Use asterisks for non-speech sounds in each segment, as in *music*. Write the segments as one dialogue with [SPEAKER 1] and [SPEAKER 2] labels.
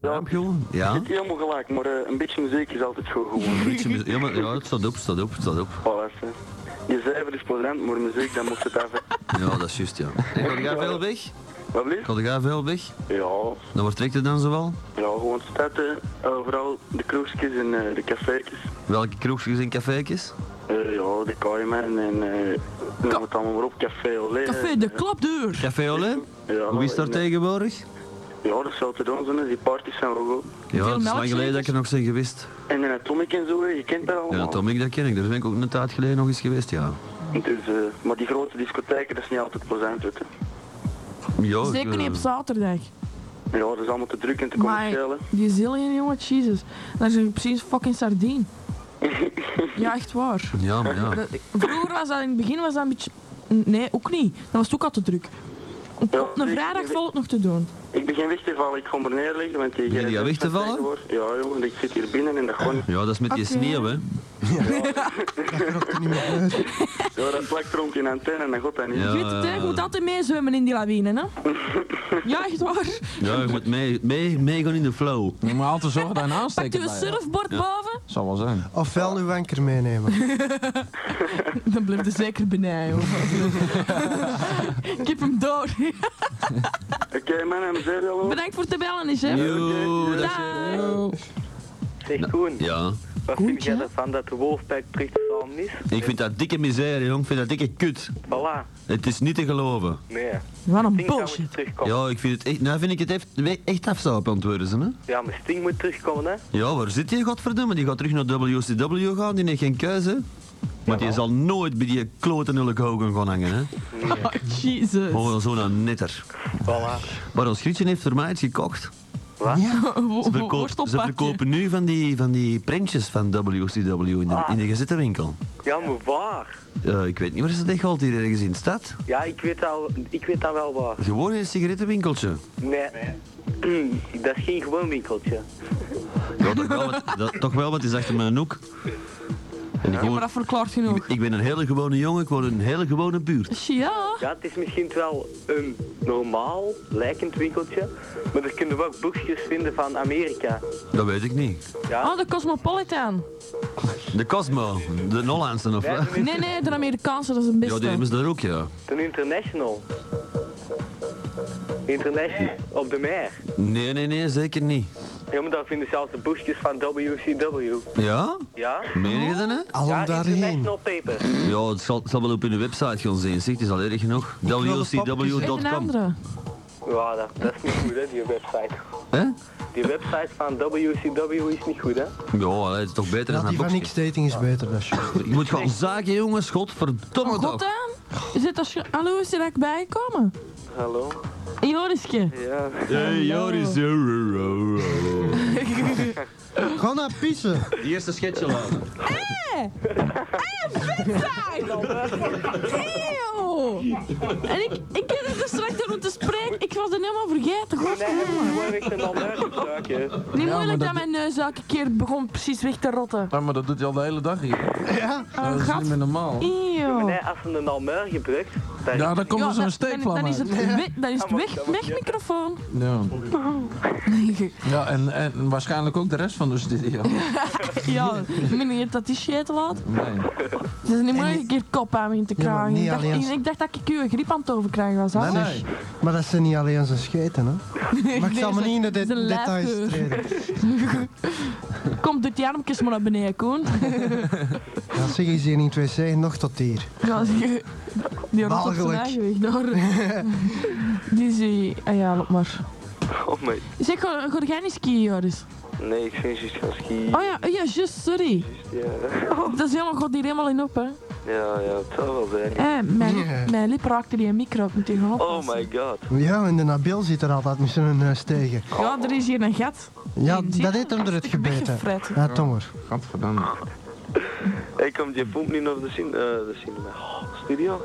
[SPEAKER 1] Ja,
[SPEAKER 2] Heb je gewonnen?
[SPEAKER 1] Je
[SPEAKER 2] Ja.
[SPEAKER 1] hebt helemaal gelijk, maar eh, een beetje muziek is altijd goed gewoon.
[SPEAKER 2] Beetje muziek- Ja, maar, ja, het staat op, het staat op, het staat op.
[SPEAKER 1] Voilà, hè. je cijfer is plezant, maar muziek, dan mocht het even...
[SPEAKER 2] Ja, dat is juist, ja. Hey, ga jij veel weg?
[SPEAKER 1] Wat blieft?
[SPEAKER 2] Ga jij veel weg?
[SPEAKER 1] Ja,
[SPEAKER 2] Dan wordt trekt het dan zowel?
[SPEAKER 1] ja, gewoon starten, overal de kroegjes en eh, de cafeetjes.
[SPEAKER 2] Welke kroegjes en caféetjes?
[SPEAKER 1] Eh, ja, de kaiman en eh noem het allemaal maar op, café Olé.
[SPEAKER 3] Café
[SPEAKER 1] eh.
[SPEAKER 3] de klapdeur.
[SPEAKER 2] Café Olé?
[SPEAKER 1] Ja,
[SPEAKER 2] Hoe is daar
[SPEAKER 1] en, eh,
[SPEAKER 2] tegenwoordig?
[SPEAKER 1] Ja, dat zal te doen zijn, hè. die parties zijn wel goed.
[SPEAKER 2] Ja, het is lang
[SPEAKER 3] melkshakers?
[SPEAKER 2] geleden dat ik er nog zijn geweest.
[SPEAKER 1] En een atomic en zo, hè, je kent dat allemaal.
[SPEAKER 2] Ja, Tommy, dat ken ik. Daar ben ik ook een tijd geleden nog eens geweest, ja.
[SPEAKER 1] Dus, eh, maar die grote discotheken, dat is niet altijd plezant, weet je.
[SPEAKER 2] ja
[SPEAKER 3] Zeker
[SPEAKER 2] ik,
[SPEAKER 3] niet op
[SPEAKER 2] eh,
[SPEAKER 3] zaterdag.
[SPEAKER 1] Ja, dat is allemaal te druk en te
[SPEAKER 3] Maar
[SPEAKER 1] commercieel, hè.
[SPEAKER 3] die zillion, jongen, Jesus. Dat is precies fucking sardine. Ja, echt waar.
[SPEAKER 2] Ja, maar ja.
[SPEAKER 3] Dat- Vroeger was dat in het begin was dat een beetje. Nee, ook niet. Dat was het ook al te druk. Op,
[SPEAKER 1] Ja,
[SPEAKER 3] op een
[SPEAKER 1] ik-
[SPEAKER 3] vrijdag
[SPEAKER 1] ik-
[SPEAKER 3] valt het nog te doen.
[SPEAKER 1] Ik begin weg te vallen, ik kom er neer liggen, want die...
[SPEAKER 2] Begin jij weg te vallen?
[SPEAKER 1] Ja, joh, want ik zit hier binnen en dat gewoon...
[SPEAKER 2] Ja, dat is met die
[SPEAKER 3] Oké.
[SPEAKER 2] sneeuw, hè.
[SPEAKER 1] Ja, dat plakt er rond je antenne en dat gaat dat niet.
[SPEAKER 2] Ja,
[SPEAKER 3] je weet het, hè?
[SPEAKER 2] ja,
[SPEAKER 3] Je
[SPEAKER 2] ja.
[SPEAKER 3] moet altijd meezwemmen in die lawine, hè? ja, echt waar.
[SPEAKER 2] Ja, je moet mee, mee, meegaan in de flow.
[SPEAKER 4] Je moet altijd
[SPEAKER 3] *laughs*
[SPEAKER 4] zorgen dat je een aansteker
[SPEAKER 3] Pakt u een
[SPEAKER 4] bij je hebt.
[SPEAKER 3] surfboard boven?
[SPEAKER 4] Zal wel zijn.
[SPEAKER 5] Ofwel uw anker meenemen.
[SPEAKER 3] Dan blijft er zeker benijden. Ik heb hem door. *laughs*
[SPEAKER 1] Oké, mannen, zeg je al
[SPEAKER 3] Bedankt voor te bellen, is hè?
[SPEAKER 2] Yo, dat is...
[SPEAKER 3] Dag.
[SPEAKER 6] Zeg Koen,
[SPEAKER 2] Ja.
[SPEAKER 6] wat
[SPEAKER 3] Koen,
[SPEAKER 6] vind jij
[SPEAKER 3] ja?
[SPEAKER 6] ervan dat de Wolfpack teruggevallen is?
[SPEAKER 2] Ik vind dat dikke misère, jong. Ik vind dat dikke kut.
[SPEAKER 6] Voilà,
[SPEAKER 2] Het is niet te geloven.
[SPEAKER 6] nee.
[SPEAKER 3] Wat een
[SPEAKER 6] Sting zou eens
[SPEAKER 3] bullshit.
[SPEAKER 6] terugkomen. Ja.
[SPEAKER 2] Ja, ik vind het echt... Nou vind ik het echt, echt afstap aan het worden, zijn, hè.
[SPEAKER 6] maar Sting moet terugkomen, hè?
[SPEAKER 2] Ja, waar zit die godverdomme? Die gaat terug naar WCW gaan, die heeft geen keuze. Maar die zal nooit bij die klotenulk Hogan gaan hangen, hè.
[SPEAKER 3] Oh, Jesus.
[SPEAKER 2] Oh, zo'n netter.
[SPEAKER 6] Voilà.
[SPEAKER 2] Maar ons Grietje heeft voor mij iets gekocht.
[SPEAKER 3] Wo-
[SPEAKER 2] Ze,
[SPEAKER 3] wo-
[SPEAKER 2] verkoop- ze
[SPEAKER 3] worstelpadje.
[SPEAKER 2] verkopen nu van die, van die printjes van WCW in
[SPEAKER 3] Ah.
[SPEAKER 2] de, in de gazettenwinkel.
[SPEAKER 6] Ja, maar waar?
[SPEAKER 2] Eh, ik weet niet waar ze dat gold hier ergens in de stad.
[SPEAKER 6] Ja, ik weet, al, ik weet dat wel waar.
[SPEAKER 2] Gewoon in een sigarettenwinkeltje.
[SPEAKER 6] Nee. *clears throat* dat is geen gewoon winkeltje.
[SPEAKER 2] Ja, toch
[SPEAKER 3] *laughs*
[SPEAKER 2] wel, want, dat, toch wel, want die is achter mijn hoek. En
[SPEAKER 3] Ja, maar
[SPEAKER 2] gewoon,
[SPEAKER 3] dat verklaart genoeg.
[SPEAKER 2] ik ben een hele gewone jongen, ik woon in een hele gewone buurt.
[SPEAKER 3] Ja.
[SPEAKER 6] Ja, het is misschien wel een normaal lijkend winkeltje, maar er kunnen we ook boekjes vinden van Amerika.
[SPEAKER 2] Dat weet ik niet.
[SPEAKER 6] Ja,
[SPEAKER 3] Oh, de Cosmopolitan.
[SPEAKER 2] De Cosmo, de Hollandse of
[SPEAKER 6] wij
[SPEAKER 2] wat?
[SPEAKER 6] zijn
[SPEAKER 3] Nee, nee, de Amerikaanse, dat is een
[SPEAKER 2] Ja, die
[SPEAKER 3] beste.
[SPEAKER 2] hebben ze daar ook, ja.
[SPEAKER 6] een international. International op de mer.
[SPEAKER 2] Nee, nee, nee, zeker niet.
[SPEAKER 6] Ja, maar daar vinden zelfs de boekjes van WCW.
[SPEAKER 2] Ja?
[SPEAKER 6] Ja?
[SPEAKER 2] Meen je dat, hè?
[SPEAKER 5] Alom
[SPEAKER 6] ja,
[SPEAKER 5] daarheen.
[SPEAKER 6] international paper.
[SPEAKER 2] Ja, het zal, het zal wel op hun website gaan zien, zeg. Het is al erg genoeg.
[SPEAKER 3] En een
[SPEAKER 2] WCW.com.
[SPEAKER 3] andere.
[SPEAKER 6] Ja, dat, dat is niet goed, hè, die website.
[SPEAKER 2] Hè?
[SPEAKER 6] Die website van WCW is niet goed, hè?
[SPEAKER 2] Ja, allee, het is toch beter
[SPEAKER 5] Ja,
[SPEAKER 2] dan
[SPEAKER 5] die
[SPEAKER 2] dat
[SPEAKER 5] van
[SPEAKER 2] boxje.
[SPEAKER 5] X-dating is beter, dat is juist.
[SPEAKER 2] *laughs* Je moet gewoon zaken, jongens. Godverdomme
[SPEAKER 3] God,
[SPEAKER 2] toch.
[SPEAKER 3] hè? Is dit als je... Hallo, is er dat ik bijkomen?
[SPEAKER 6] Hallo?
[SPEAKER 3] Joriske.
[SPEAKER 6] Ja.
[SPEAKER 2] Hey, Joris.
[SPEAKER 5] Gewoon naar pissen.
[SPEAKER 2] Eerste schetje laten.
[SPEAKER 3] Eeuw! En ik, ik heb het er straks door om te spreken. Ik was het helemaal vergeten.
[SPEAKER 6] Nee, hij moet
[SPEAKER 3] Godverdomme.
[SPEAKER 6] gewoon echt een ander gebruiken.
[SPEAKER 3] Niet
[SPEAKER 4] maar
[SPEAKER 3] moeilijk
[SPEAKER 4] dat-
[SPEAKER 3] dat mijn neus elke keer begon precies weg te rotten.
[SPEAKER 4] Ja, maar dat doet hij al de hele dag hier.
[SPEAKER 5] Ja.
[SPEAKER 4] Dat is
[SPEAKER 3] gat.
[SPEAKER 4] niet meer normaal.
[SPEAKER 3] Eeuw.
[SPEAKER 6] Nee, als ze een almuur gebruikt, dan
[SPEAKER 4] Oh. Ja, dan komt
[SPEAKER 3] Ja,
[SPEAKER 4] er zo'n
[SPEAKER 3] dan- dan,
[SPEAKER 4] steekvlam
[SPEAKER 3] dan is
[SPEAKER 4] uit.
[SPEAKER 3] het weg, dan is het
[SPEAKER 6] Ja, maar
[SPEAKER 3] weg,
[SPEAKER 6] dat moet
[SPEAKER 3] weg
[SPEAKER 6] je-
[SPEAKER 3] microfoon.
[SPEAKER 4] Ja, ja en, en waarschijnlijk ook de rest van de studio.
[SPEAKER 3] *laughs* Ja, meneer, dat is shit laat.
[SPEAKER 4] Nee.
[SPEAKER 3] Het is niet moeilijk een keer kop aan me te
[SPEAKER 5] Ja, maar
[SPEAKER 3] krijgen. ik,
[SPEAKER 5] niet
[SPEAKER 3] dacht,
[SPEAKER 5] alleen
[SPEAKER 3] ik,
[SPEAKER 5] als-
[SPEAKER 3] dacht dat ik u een griep aan het overkrijgen was. hè?
[SPEAKER 5] Dat is-
[SPEAKER 4] Nee.
[SPEAKER 5] Maar dat zijn niet alleen zijn scheten, hè. Maar ik zal me niet in de de-
[SPEAKER 3] Zijn
[SPEAKER 5] details
[SPEAKER 3] lijfgeur.
[SPEAKER 5] treden.
[SPEAKER 3] Kom, doe die armpjes maar naar beneden, Koen. *laughs*
[SPEAKER 5] Dat zeg ik hier niet 2C, nog tot hier.
[SPEAKER 3] Ja, die, die rot op zijn
[SPEAKER 5] Walgelijk.
[SPEAKER 3] eigen weg door.
[SPEAKER 5] *laughs*
[SPEAKER 3] Die zie ah ja, loop maar.
[SPEAKER 6] Oh nee.
[SPEAKER 3] Zeg, ga ga jij niet skiën, Joris?
[SPEAKER 6] Nee, ik vind het gaan skiën.
[SPEAKER 3] Oh ja, ja, just, sorry.
[SPEAKER 6] Ja,
[SPEAKER 3] Dat is helemaal, god hier helemaal in op, hè.
[SPEAKER 6] ja, ja, het zou wel zijn.
[SPEAKER 3] Eh, mijn, lip-
[SPEAKER 5] Ja.
[SPEAKER 3] mijn lip raakte die micro, ik moet die gaan
[SPEAKER 6] Oh
[SPEAKER 3] oppassen.
[SPEAKER 6] my god.
[SPEAKER 5] Ja, en de Nabil zit er altijd met zijn neus tegen.
[SPEAKER 3] Ja, er is hier een gat.
[SPEAKER 5] Ja,
[SPEAKER 3] Die- die-
[SPEAKER 5] dat heeft hem er het
[SPEAKER 3] Ik ben
[SPEAKER 5] gebeten.
[SPEAKER 3] gefret.
[SPEAKER 5] Ja, tonger.
[SPEAKER 4] Gadverdamme.
[SPEAKER 6] Ik kom die pomp niet naar de, cin eh, de cinema. Oh, studio?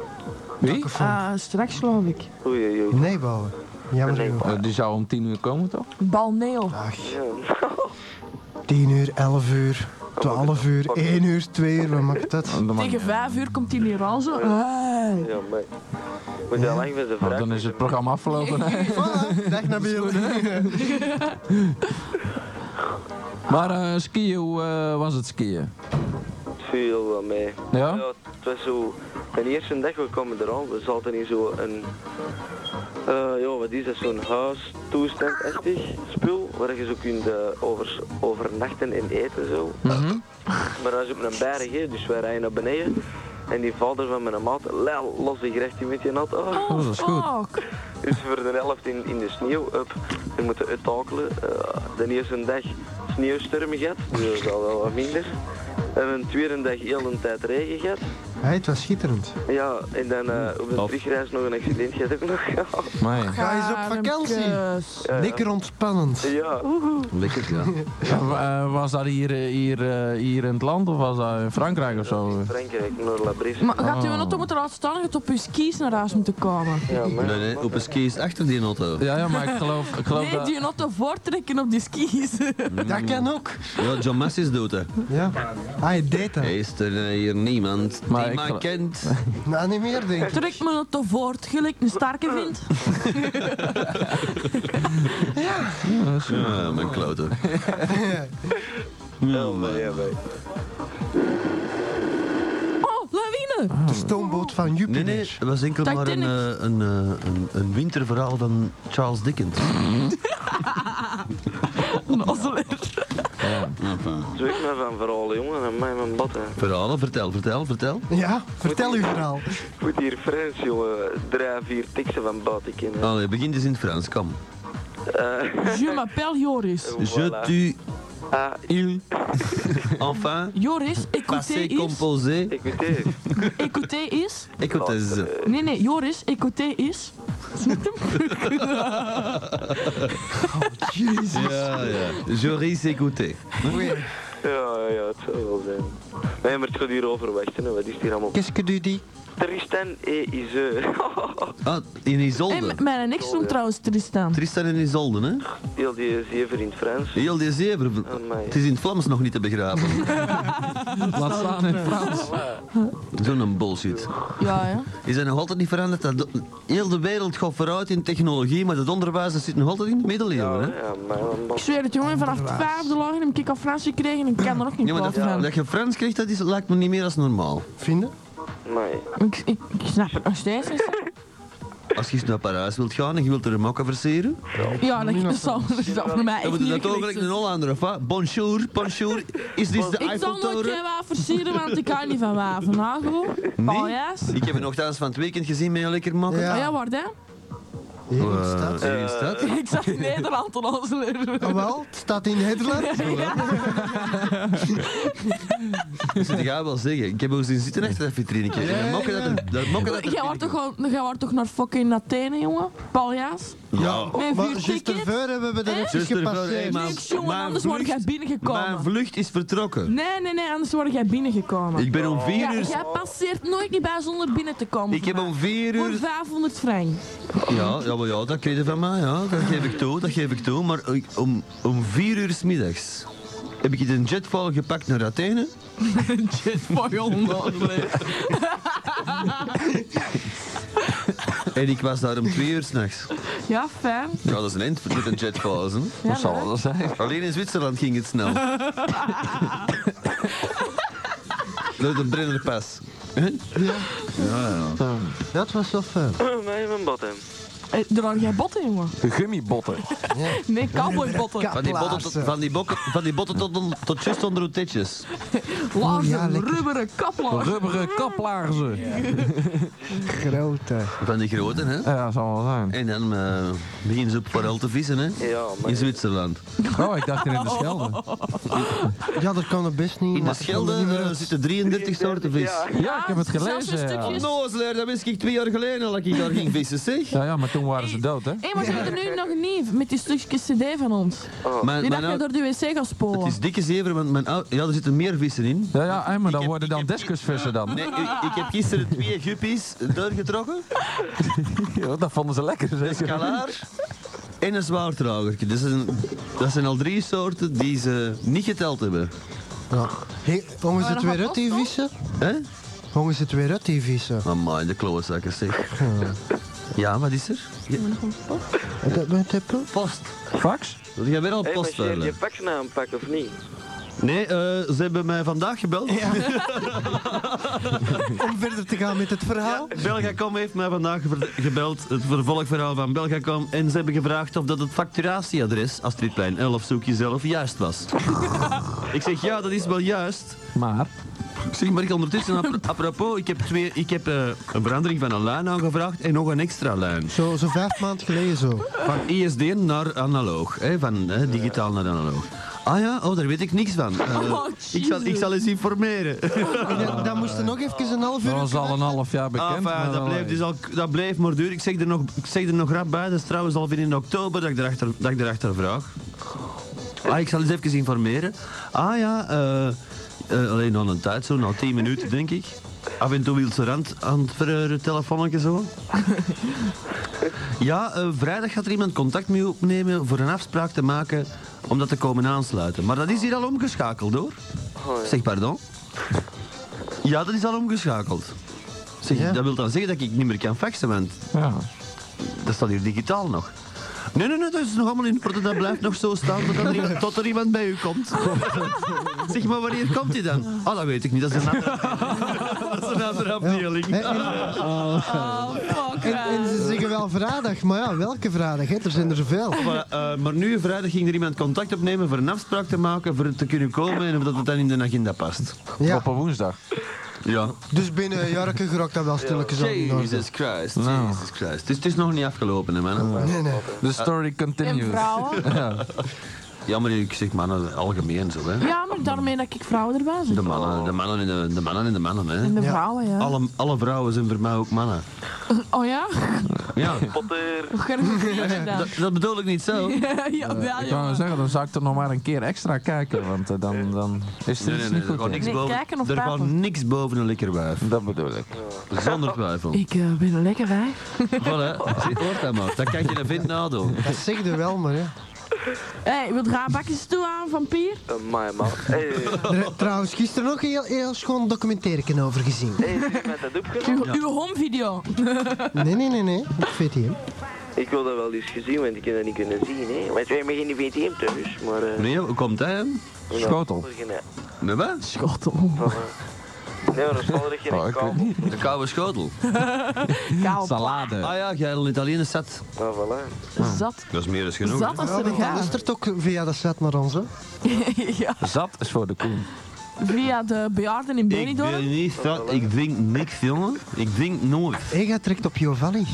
[SPEAKER 4] Wie?
[SPEAKER 3] Ah, straks geloof ik.
[SPEAKER 6] Oei, oei, oei.
[SPEAKER 5] Nee, bouwen. Jammer
[SPEAKER 6] Nee,
[SPEAKER 5] genoeg.
[SPEAKER 4] Eh, die zou om tien uur komen toch?
[SPEAKER 3] Balneel.
[SPEAKER 5] Ach,
[SPEAKER 6] Ja.
[SPEAKER 5] 10 uur, 11 uur. 12 uur, 1 uur, 2 uur, wat maakt dat?
[SPEAKER 4] Dan mag-
[SPEAKER 3] Tegen vijf uur komt hij hier al zo. Hey.
[SPEAKER 6] Ja, maar. Moet je al lang van zijn
[SPEAKER 4] Nou,
[SPEAKER 6] vraag.
[SPEAKER 4] dan is het programma afgelopen. *laughs* hè.
[SPEAKER 5] Dag Nabil.
[SPEAKER 4] Maar eh, skiën, hoe eh, was het skiën?
[SPEAKER 6] Viel wel mee.
[SPEAKER 4] Ja?
[SPEAKER 6] Ja, het was zo. De eerste dag, we kwamen eraan, we zaten in zo'n. eh ja, wat is dat? Zo'n huistoestand, echt spul, waar je zo kunt eh, over, overnachten en eten zo. Maar dat is op een berg, hè, dus wij rijden naar beneden. En die vader van mijn maat, lel, los die gerecht die met je nat. Oh.
[SPEAKER 4] Oh, dat is goed.
[SPEAKER 3] fuck.
[SPEAKER 6] Dus voor de helft in, in de sneeuw up. We moeten uittakelen. Eh, de eerste dag sneeuwstormen gehad, dus dat is al wel wat minder. En een tweede dag heel een tijd regen gehad.
[SPEAKER 5] Hey, het was schitterend.
[SPEAKER 6] Ja, en dan eh, op de
[SPEAKER 4] Top.
[SPEAKER 6] terugreis nog een accident gehad ook nog. *laughs* Ja.
[SPEAKER 3] Oh.
[SPEAKER 4] Maar
[SPEAKER 5] Ga eens op vakantie.
[SPEAKER 3] Karmkes.
[SPEAKER 6] Ja, ja.
[SPEAKER 5] Lekker ontspannend.
[SPEAKER 6] Ja,
[SPEAKER 2] Lekker, ja.
[SPEAKER 4] was dat hier, eh, hier, eh, hier in het land of was dat in Frankrijk of zo?
[SPEAKER 6] in Frankrijk, naar La Brise.
[SPEAKER 3] Maar gaat u
[SPEAKER 4] Oh.
[SPEAKER 3] een auto moeten laten staan en gaat op uw skis naar huis moeten komen?
[SPEAKER 6] ja, maar-
[SPEAKER 2] Nee, nee, op een ski is achter die auto.
[SPEAKER 4] Ja, ja, maar ik geloof, ik geloof
[SPEAKER 3] Nee,
[SPEAKER 4] dat...
[SPEAKER 3] die auto voortrekken op die skis.
[SPEAKER 5] Dat kan ook.
[SPEAKER 2] Ja, John Massis doet dat.
[SPEAKER 5] Ja. Hij deed dat.
[SPEAKER 2] Hij is er eh, hier niemand
[SPEAKER 4] Maar ik
[SPEAKER 2] die mij
[SPEAKER 4] gel-
[SPEAKER 2] kent.
[SPEAKER 5] Nou, niet meer denk ik.
[SPEAKER 3] Trek mijn auto voort, gelijk een sterke wind.
[SPEAKER 2] Ja, mijn klote.
[SPEAKER 6] *laughs* Ja, maar, ja, maar.
[SPEAKER 3] Oh, lawine!
[SPEAKER 5] De stoomboot van
[SPEAKER 2] Nee,
[SPEAKER 5] Jupiter.
[SPEAKER 2] nee, het was enkel maar een,
[SPEAKER 3] Titanic.
[SPEAKER 2] eh, een, eh, een, een winterverhaal van Charles Dickens.
[SPEAKER 3] Nozzeler.
[SPEAKER 2] Enfin,
[SPEAKER 6] Zo ik maar van verhalen, jongen, en mij mijn bad. hè.
[SPEAKER 2] Verhalen, vertel, vertel, vertel.
[SPEAKER 5] Ja, vertel uw verhaal.
[SPEAKER 6] Ik moet hier Frans, jongen, drie, vier teksten van buiten kennen.
[SPEAKER 2] Allee, begin dus in het Frans, kom.
[SPEAKER 6] Eh,
[SPEAKER 3] Je m'appelle Joris.
[SPEAKER 2] Je
[SPEAKER 6] voilà.
[SPEAKER 2] tu,
[SPEAKER 6] Ah,
[SPEAKER 2] il, *laughs* enfin,
[SPEAKER 3] Joris, écoutez
[SPEAKER 2] passé,
[SPEAKER 3] is.
[SPEAKER 2] composé,
[SPEAKER 6] ik weet het.
[SPEAKER 3] Écoutez is.
[SPEAKER 2] écoutez.
[SPEAKER 3] Nee, nee, Joris, écoutez is. Zoet hem.
[SPEAKER 5] Jezus.
[SPEAKER 2] Ja, ja. Joris, écoutez.
[SPEAKER 5] Oei.
[SPEAKER 6] Ja, ja, het zou wel zijn. Nee, maar het gaat hier over wachten, hè. wat is hier allemaal?
[SPEAKER 5] Qu'est-ce que tu dis?
[SPEAKER 6] Tristan et Iseu. *laughs*
[SPEAKER 2] Ah, in Isolde.
[SPEAKER 3] En mijn ex noemt trouwens Tristan.
[SPEAKER 2] Tristan in Isolde, hè?
[SPEAKER 6] Heel die zeven in het Frans.
[SPEAKER 2] Heel die zeven.
[SPEAKER 6] Amai.
[SPEAKER 2] Het is in het Vlaams nog niet te begraven.
[SPEAKER 4] Laat staan in Frans.
[SPEAKER 2] Zo'n bullshit.
[SPEAKER 3] Ja, ja.
[SPEAKER 2] Is dat nog altijd niet veranderd? Dat, heel de wereld gaat vooruit in technologie, maar het onderwijs dat zit nog altijd in het middeleeuwen, hè?
[SPEAKER 6] Oh, Ja, maar man, man.
[SPEAKER 3] Ik zweer het, jongen, vanaf de vijfde laag heb ik al Frans gekregen en ik kan er ook niet
[SPEAKER 2] Ja, maar dat,
[SPEAKER 3] kwaad van.
[SPEAKER 2] dat je Frans krijgt, dat is, lijkt me niet meer als normaal.
[SPEAKER 5] Vinden?
[SPEAKER 6] Amai.
[SPEAKER 3] Ik, ik, ik snap het nog steeds niet.
[SPEAKER 2] Als je eens naar Parijs wilt gaan en je wilt er een mokka verseren,
[SPEAKER 3] Ja, dat, dat, zal, dat zal voor mij
[SPEAKER 2] dan
[SPEAKER 3] echt
[SPEAKER 2] moet je
[SPEAKER 3] niet
[SPEAKER 2] dat
[SPEAKER 3] gelukt
[SPEAKER 2] ook gelijk
[SPEAKER 3] zijn.
[SPEAKER 2] een Hollander of wat? Bonjour, bonjour, is dit
[SPEAKER 3] Ik zal nooit
[SPEAKER 2] de
[SPEAKER 3] geen
[SPEAKER 2] Eiffeltoren?
[SPEAKER 3] waaf versieren, want ik hou niet van waven. Nou, gewoon. Paljas.
[SPEAKER 2] Ik heb je nogthans van het weekend gezien met een lekker Eh, mokken.
[SPEAKER 5] Ja.
[SPEAKER 3] Ah ja, waar dan?
[SPEAKER 5] Hier in de stad.
[SPEAKER 2] Hier is dat.
[SPEAKER 3] Ik zag in Nederland al onze leren.
[SPEAKER 5] Ah, wel, het staat in *laughs* Nederland.
[SPEAKER 2] Dus ik ga wel zeggen, ik heb ook zien zitten achter dat vitrinetje. En dat mokken dat er... Dat mokken dat er
[SPEAKER 3] Jij wordt toch, gewoon- jij wordt toch naar fucking Athene, jongen? Paljas?
[SPEAKER 2] Ja.
[SPEAKER 3] Met
[SPEAKER 5] Maar
[SPEAKER 3] vier
[SPEAKER 5] juist
[SPEAKER 3] tickets?
[SPEAKER 5] ervoor hebben we dat
[SPEAKER 3] Eh?
[SPEAKER 5] even
[SPEAKER 2] Juist ervoor, hey,
[SPEAKER 5] gepasseerd.
[SPEAKER 2] maar-
[SPEAKER 3] Niks, jongen,
[SPEAKER 2] mijn
[SPEAKER 3] anders word jij
[SPEAKER 2] vlucht- Mijn
[SPEAKER 3] binnengekomen.
[SPEAKER 2] vlucht is vertrokken.
[SPEAKER 3] Nee, nee, nee, anders word jij binnengekomen.
[SPEAKER 2] Ik ben om vier
[SPEAKER 3] Ja,
[SPEAKER 2] uur...
[SPEAKER 3] jij passeert nooit niet bij zonder binnen te komen.
[SPEAKER 2] Ik heb om vier
[SPEAKER 3] Voor
[SPEAKER 2] uur...
[SPEAKER 3] 500 frank.
[SPEAKER 2] Ja, ja, maar ja, dat kreeg je van mij, ja. Dat geef ik toe, dat geef ik toe. Maar ik- om, om vier uur 's middags heb ik een jetval gepakt
[SPEAKER 3] *laughs*
[SPEAKER 2] naar Athene.
[SPEAKER 3] Dit voor je onmogelijk.
[SPEAKER 2] En ik was daar om twee uur s'nachts.
[SPEAKER 3] Ja, fijn.
[SPEAKER 2] Ja, dat is een eind met een jetval, hè.
[SPEAKER 3] Ja,
[SPEAKER 4] Dat zal
[SPEAKER 3] maar-
[SPEAKER 4] wel zijn.
[SPEAKER 2] Alleen in Zwitserland ging het snel. Door de Brennerpas.
[SPEAKER 5] Dat was wel fijn.
[SPEAKER 6] Amai, mijn bad, hè.
[SPEAKER 3] Eh, Daar had jij botten, jongen.
[SPEAKER 4] Gummibotten.
[SPEAKER 3] Nee, cowboybotten.
[SPEAKER 2] Van die botten tot, van die bokken, van die botten tot, on- tot just onder de tetjes.
[SPEAKER 3] Laarzen,
[SPEAKER 5] Ja, lekker.
[SPEAKER 3] rubberen, kaplaarzen.
[SPEAKER 4] Rubberen kaplaarzen. Ja,
[SPEAKER 5] Grote.
[SPEAKER 2] Van die grote, hè.
[SPEAKER 4] dat zal wel zijn.
[SPEAKER 2] En dan eh beginnen ze op forel te vissen, hè.
[SPEAKER 6] Ja, maar.
[SPEAKER 2] In Zwitserland.
[SPEAKER 4] *laughs* Oh, ik dacht hier in de Schelde.
[SPEAKER 5] Ja, dat kan het best niet.
[SPEAKER 2] In de Schelde eh, zitten 33 soorten vis.
[SPEAKER 6] Ja,
[SPEAKER 4] Ja, ik heb het
[SPEAKER 3] zelfs
[SPEAKER 4] gelezen.
[SPEAKER 3] een
[SPEAKER 4] Ja.
[SPEAKER 3] stukje.
[SPEAKER 2] Nozeleer, dat wist ik twee jaar geleden al dat ik daar ging vissen, zeg.
[SPEAKER 4] Ja, ja, maar toen waren ze dood, hè?
[SPEAKER 3] Hé, maar ze hebben er nu nog niet met die stukjes cd van ons.
[SPEAKER 2] Mijn,
[SPEAKER 3] Die
[SPEAKER 2] mijn
[SPEAKER 3] dat je
[SPEAKER 2] oud-
[SPEAKER 3] door de wc gaat spoelen.
[SPEAKER 2] Eh, nou- het is dikke zeven, want mijn oud- ja, er zitten meer vissen in.
[SPEAKER 4] Ja, ja, en maar dan
[SPEAKER 2] heb-
[SPEAKER 4] worden
[SPEAKER 2] ik
[SPEAKER 4] dan
[SPEAKER 2] heb-
[SPEAKER 4] deskusvissen dan.
[SPEAKER 2] Nee, ik, ik heb gisteren twee guppies doorgetrokken.
[SPEAKER 4] *laughs* Ja, dat vonden ze lekker, zeker.
[SPEAKER 2] Kalaar en een zwaardrager. Dat, zijn- dat zijn al drie soorten die ze niet geteld hebben.
[SPEAKER 5] Ja. Hey, hongen ze
[SPEAKER 3] Maar
[SPEAKER 5] het
[SPEAKER 3] dat
[SPEAKER 5] weer uit
[SPEAKER 3] gaat
[SPEAKER 5] die
[SPEAKER 3] vast,
[SPEAKER 5] vissen?
[SPEAKER 2] Hè?
[SPEAKER 5] Hongen ze het weer uit die vissen?
[SPEAKER 2] Amai, de klootzakken zeg. Ja, wat is er? Je,
[SPEAKER 5] Heb je een tippel?
[SPEAKER 2] post.
[SPEAKER 4] Fax?
[SPEAKER 2] Dat jij weer al
[SPEAKER 6] Hé,
[SPEAKER 2] post
[SPEAKER 6] maar je je
[SPEAKER 2] verder.
[SPEAKER 6] pak na een pak of niet?
[SPEAKER 2] Nee, eh, ze hebben mij vandaag gebeld. *laughs*
[SPEAKER 5] Om verder te gaan met het verhaal?
[SPEAKER 2] Belgacom heeft mij vandaag ver- gebeld, het vervolgverhaal van Belgacom. En ze hebben gevraagd of dat het facturatieadres, Astridplein 11, zoek je zelf, juist was. ik zeg ja, dat is wel juist.
[SPEAKER 4] Maar.
[SPEAKER 2] Ik zeg maar ik
[SPEAKER 3] *laughs*
[SPEAKER 2] ondertussen, ap- apropos, ik heb, twee, ik heb eh, een verandering van een lijn aangevraagd en nog een extra lijn.
[SPEAKER 5] Zo, zo vijf maanden geleden zo.
[SPEAKER 2] Van ISD naar analoog, hè, van hè, digitaal naar analoog. Ah ja, oh, daar weet ik niks van. Eh,
[SPEAKER 3] Oh,
[SPEAKER 2] ik, zal, ik
[SPEAKER 3] Jesus.
[SPEAKER 2] zal eens informeren.
[SPEAKER 5] En dan- dan moesten nog even een half uur...
[SPEAKER 4] Dat was al een half jaar bekend.
[SPEAKER 2] Ah,
[SPEAKER 4] maar eh,
[SPEAKER 2] enfin, dat,
[SPEAKER 4] wel-
[SPEAKER 2] bleef dus al, dat bleef maar duur. Ik zeg, er nog, ik zeg er nog rap bij, dat is trouwens alweer in oktober dat ik erachter, dat ik erachter vraag. Ah, ik zal eens even informeren. Ah ja, eh, eh, alleen al een tijd, zo na 10 minuten denk ik. Af en toe wil ze rand aan het ver- telefoonnetje zo. Ja, eh, vrijdag gaat er iemand contact mee opnemen voor een afspraak te maken om dat te komen aansluiten. Maar dat is hier al omgeschakeld hoor. Zeg pardon. Ja, dat is al omgeschakeld. Zeg,
[SPEAKER 5] Ja.
[SPEAKER 2] Dat wil dan zeggen dat ik niet meer kan faxen, want
[SPEAKER 4] Ja.
[SPEAKER 2] dat staat hier digitaal nog. Nee, nee, nee, dat is nog allemaal in orde. Dat blijft nog zo staan tot er,
[SPEAKER 5] *laughs*
[SPEAKER 2] iemand- tot er iemand bij u komt. zeg maar, wanneer komt hij dan? Ah, dat weet ik niet. Dat is een andere, *laughs* dat is een andere afdeling.
[SPEAKER 5] Hè, en,
[SPEAKER 3] Oh, fuck.
[SPEAKER 5] en- en ze zeggen wel vrijdag, maar ja, welke vrijdag? Hè? Er zijn er zoveel.
[SPEAKER 2] Maar, eh, maar nu, vrijdag, ging er iemand contact opnemen voor een afspraak te maken, voor te kunnen komen en of dat het dan in de agenda past.
[SPEAKER 5] Ja.
[SPEAKER 4] Op een woensdag.
[SPEAKER 2] Ja.
[SPEAKER 5] Dus binnen Jarke gerookt dat wel stilletjes aan in orde.
[SPEAKER 2] Jesus Christ,
[SPEAKER 4] Nou.
[SPEAKER 2] Jesus Christ. Dus het is nog niet afgelopen, hè, man.
[SPEAKER 5] Nee, nee.
[SPEAKER 2] Eh,
[SPEAKER 4] The story
[SPEAKER 3] En
[SPEAKER 4] continues.
[SPEAKER 2] *laughs*
[SPEAKER 3] vrouwen?
[SPEAKER 4] Ja.
[SPEAKER 2] Ja, maar ik zeg mannen algemeen zo, hè.
[SPEAKER 3] Ja, maar daarmee dat ik vrouwen erbij zit.
[SPEAKER 2] De mannen, de mannen en de, de mannen en de mannen, hè.
[SPEAKER 3] En de
[SPEAKER 5] Ja.
[SPEAKER 3] vrouwen, ja.
[SPEAKER 2] Alle, alle vrouwen zijn voor mij ook mannen.
[SPEAKER 3] Oh ja? *laughs*
[SPEAKER 2] *laughs* Ja,
[SPEAKER 6] Potter.
[SPEAKER 3] Hoe ga je dat verdienen dan?
[SPEAKER 2] dat, dat bedoel ik niet
[SPEAKER 3] *laughs*
[SPEAKER 2] zo.
[SPEAKER 3] Ja, ja,
[SPEAKER 2] Eh,
[SPEAKER 3] ja.
[SPEAKER 4] Ik kan wel zeggen, dan zou ik er nog maar een keer extra kijken, want eh, dan, dan is er
[SPEAKER 2] Nee,
[SPEAKER 4] iets
[SPEAKER 2] nee,
[SPEAKER 4] niet
[SPEAKER 2] nee, er
[SPEAKER 4] goed.
[SPEAKER 2] gaat
[SPEAKER 4] hè.
[SPEAKER 2] niks
[SPEAKER 3] Nee,
[SPEAKER 2] boven,
[SPEAKER 3] kijken of
[SPEAKER 2] er gaat
[SPEAKER 3] praten.
[SPEAKER 2] niks boven een lekker wijf.
[SPEAKER 4] Dat bedoel ik.
[SPEAKER 2] Zonder
[SPEAKER 3] *laughs*
[SPEAKER 2] twijfel.
[SPEAKER 3] Ik eh, ben een lekker wijf.
[SPEAKER 2] Voilà, zie, hoort dat maar. Dat kan je een vent nadoen.
[SPEAKER 5] Dat zeg je wel, maar ja.
[SPEAKER 3] Hé, hey, wil je een bakjes toe aan, vampier?
[SPEAKER 6] Amai man. Hé,
[SPEAKER 5] *laughs* Er- Trouwens, gisteren nog een heel, heel schoon documentaireje over gezien.
[SPEAKER 6] hé, zie je met dat doekje?
[SPEAKER 3] Uw, uw home video.
[SPEAKER 5] Nee, nee, nee, nee. Ik weet niet.
[SPEAKER 6] Ik wil dat wel eens gezien, want ik heb dat niet kunnen zien, hè. Want wij hebben geen VTM thuis, maar... eh,
[SPEAKER 2] Nee, hoe komt hij hem?
[SPEAKER 6] ja,
[SPEAKER 4] Schotel.
[SPEAKER 6] geen-
[SPEAKER 2] Met wat?
[SPEAKER 4] Schotel.
[SPEAKER 6] Nee, maar dat
[SPEAKER 5] *laughs*
[SPEAKER 6] is wel geen
[SPEAKER 4] Oh, ik weet
[SPEAKER 6] kabel.
[SPEAKER 4] niet.
[SPEAKER 2] De koude schotel.
[SPEAKER 3] Kou.
[SPEAKER 4] Salade.
[SPEAKER 2] Ah ja, jij al Italiëns zat.
[SPEAKER 6] Maar voilà.
[SPEAKER 3] Zat.
[SPEAKER 2] Dat is meer dan genoeg.
[SPEAKER 3] Zat als ze er
[SPEAKER 5] Dat
[SPEAKER 3] gaan.
[SPEAKER 5] is er toch via dat set naar ons, hè?
[SPEAKER 3] *laughs* ja,
[SPEAKER 4] Zat is voor de koen. *laughs*
[SPEAKER 3] via de bejaarden in
[SPEAKER 2] Ik ben
[SPEAKER 3] Benidorm.
[SPEAKER 2] niet zat, ik drink niks, jongen. Ik drink nooit.
[SPEAKER 5] Hij gaat direct op Giovanni.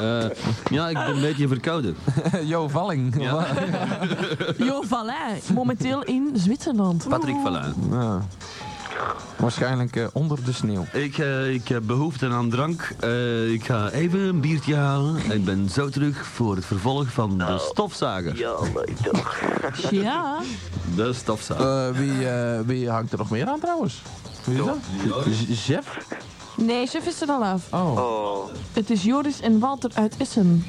[SPEAKER 2] Eh, ja, ik ben een beetje verkouden.
[SPEAKER 4] Jo Valling. Ja.
[SPEAKER 3] Jo Valijn, momenteel in Zwitserland.
[SPEAKER 2] Patrick Valijn.
[SPEAKER 4] Waarschijnlijk eh, onder de sneeuw.
[SPEAKER 2] Ik, eh, ik heb behoefte aan drank. Eh, ik ga even een biertje halen. Ik ben zo terug voor het vervolg van de stofzager.
[SPEAKER 6] Ja, leuk toch.
[SPEAKER 3] Ja,
[SPEAKER 2] De stofzager.
[SPEAKER 4] Eh, wie, eh, wie hangt er nog meer aan trouwens? Wie is dat? Z- Jeff?
[SPEAKER 3] nee, chef is er al af.
[SPEAKER 4] Oh.
[SPEAKER 6] Oh,
[SPEAKER 3] Het is Joris en Walter uit Essen.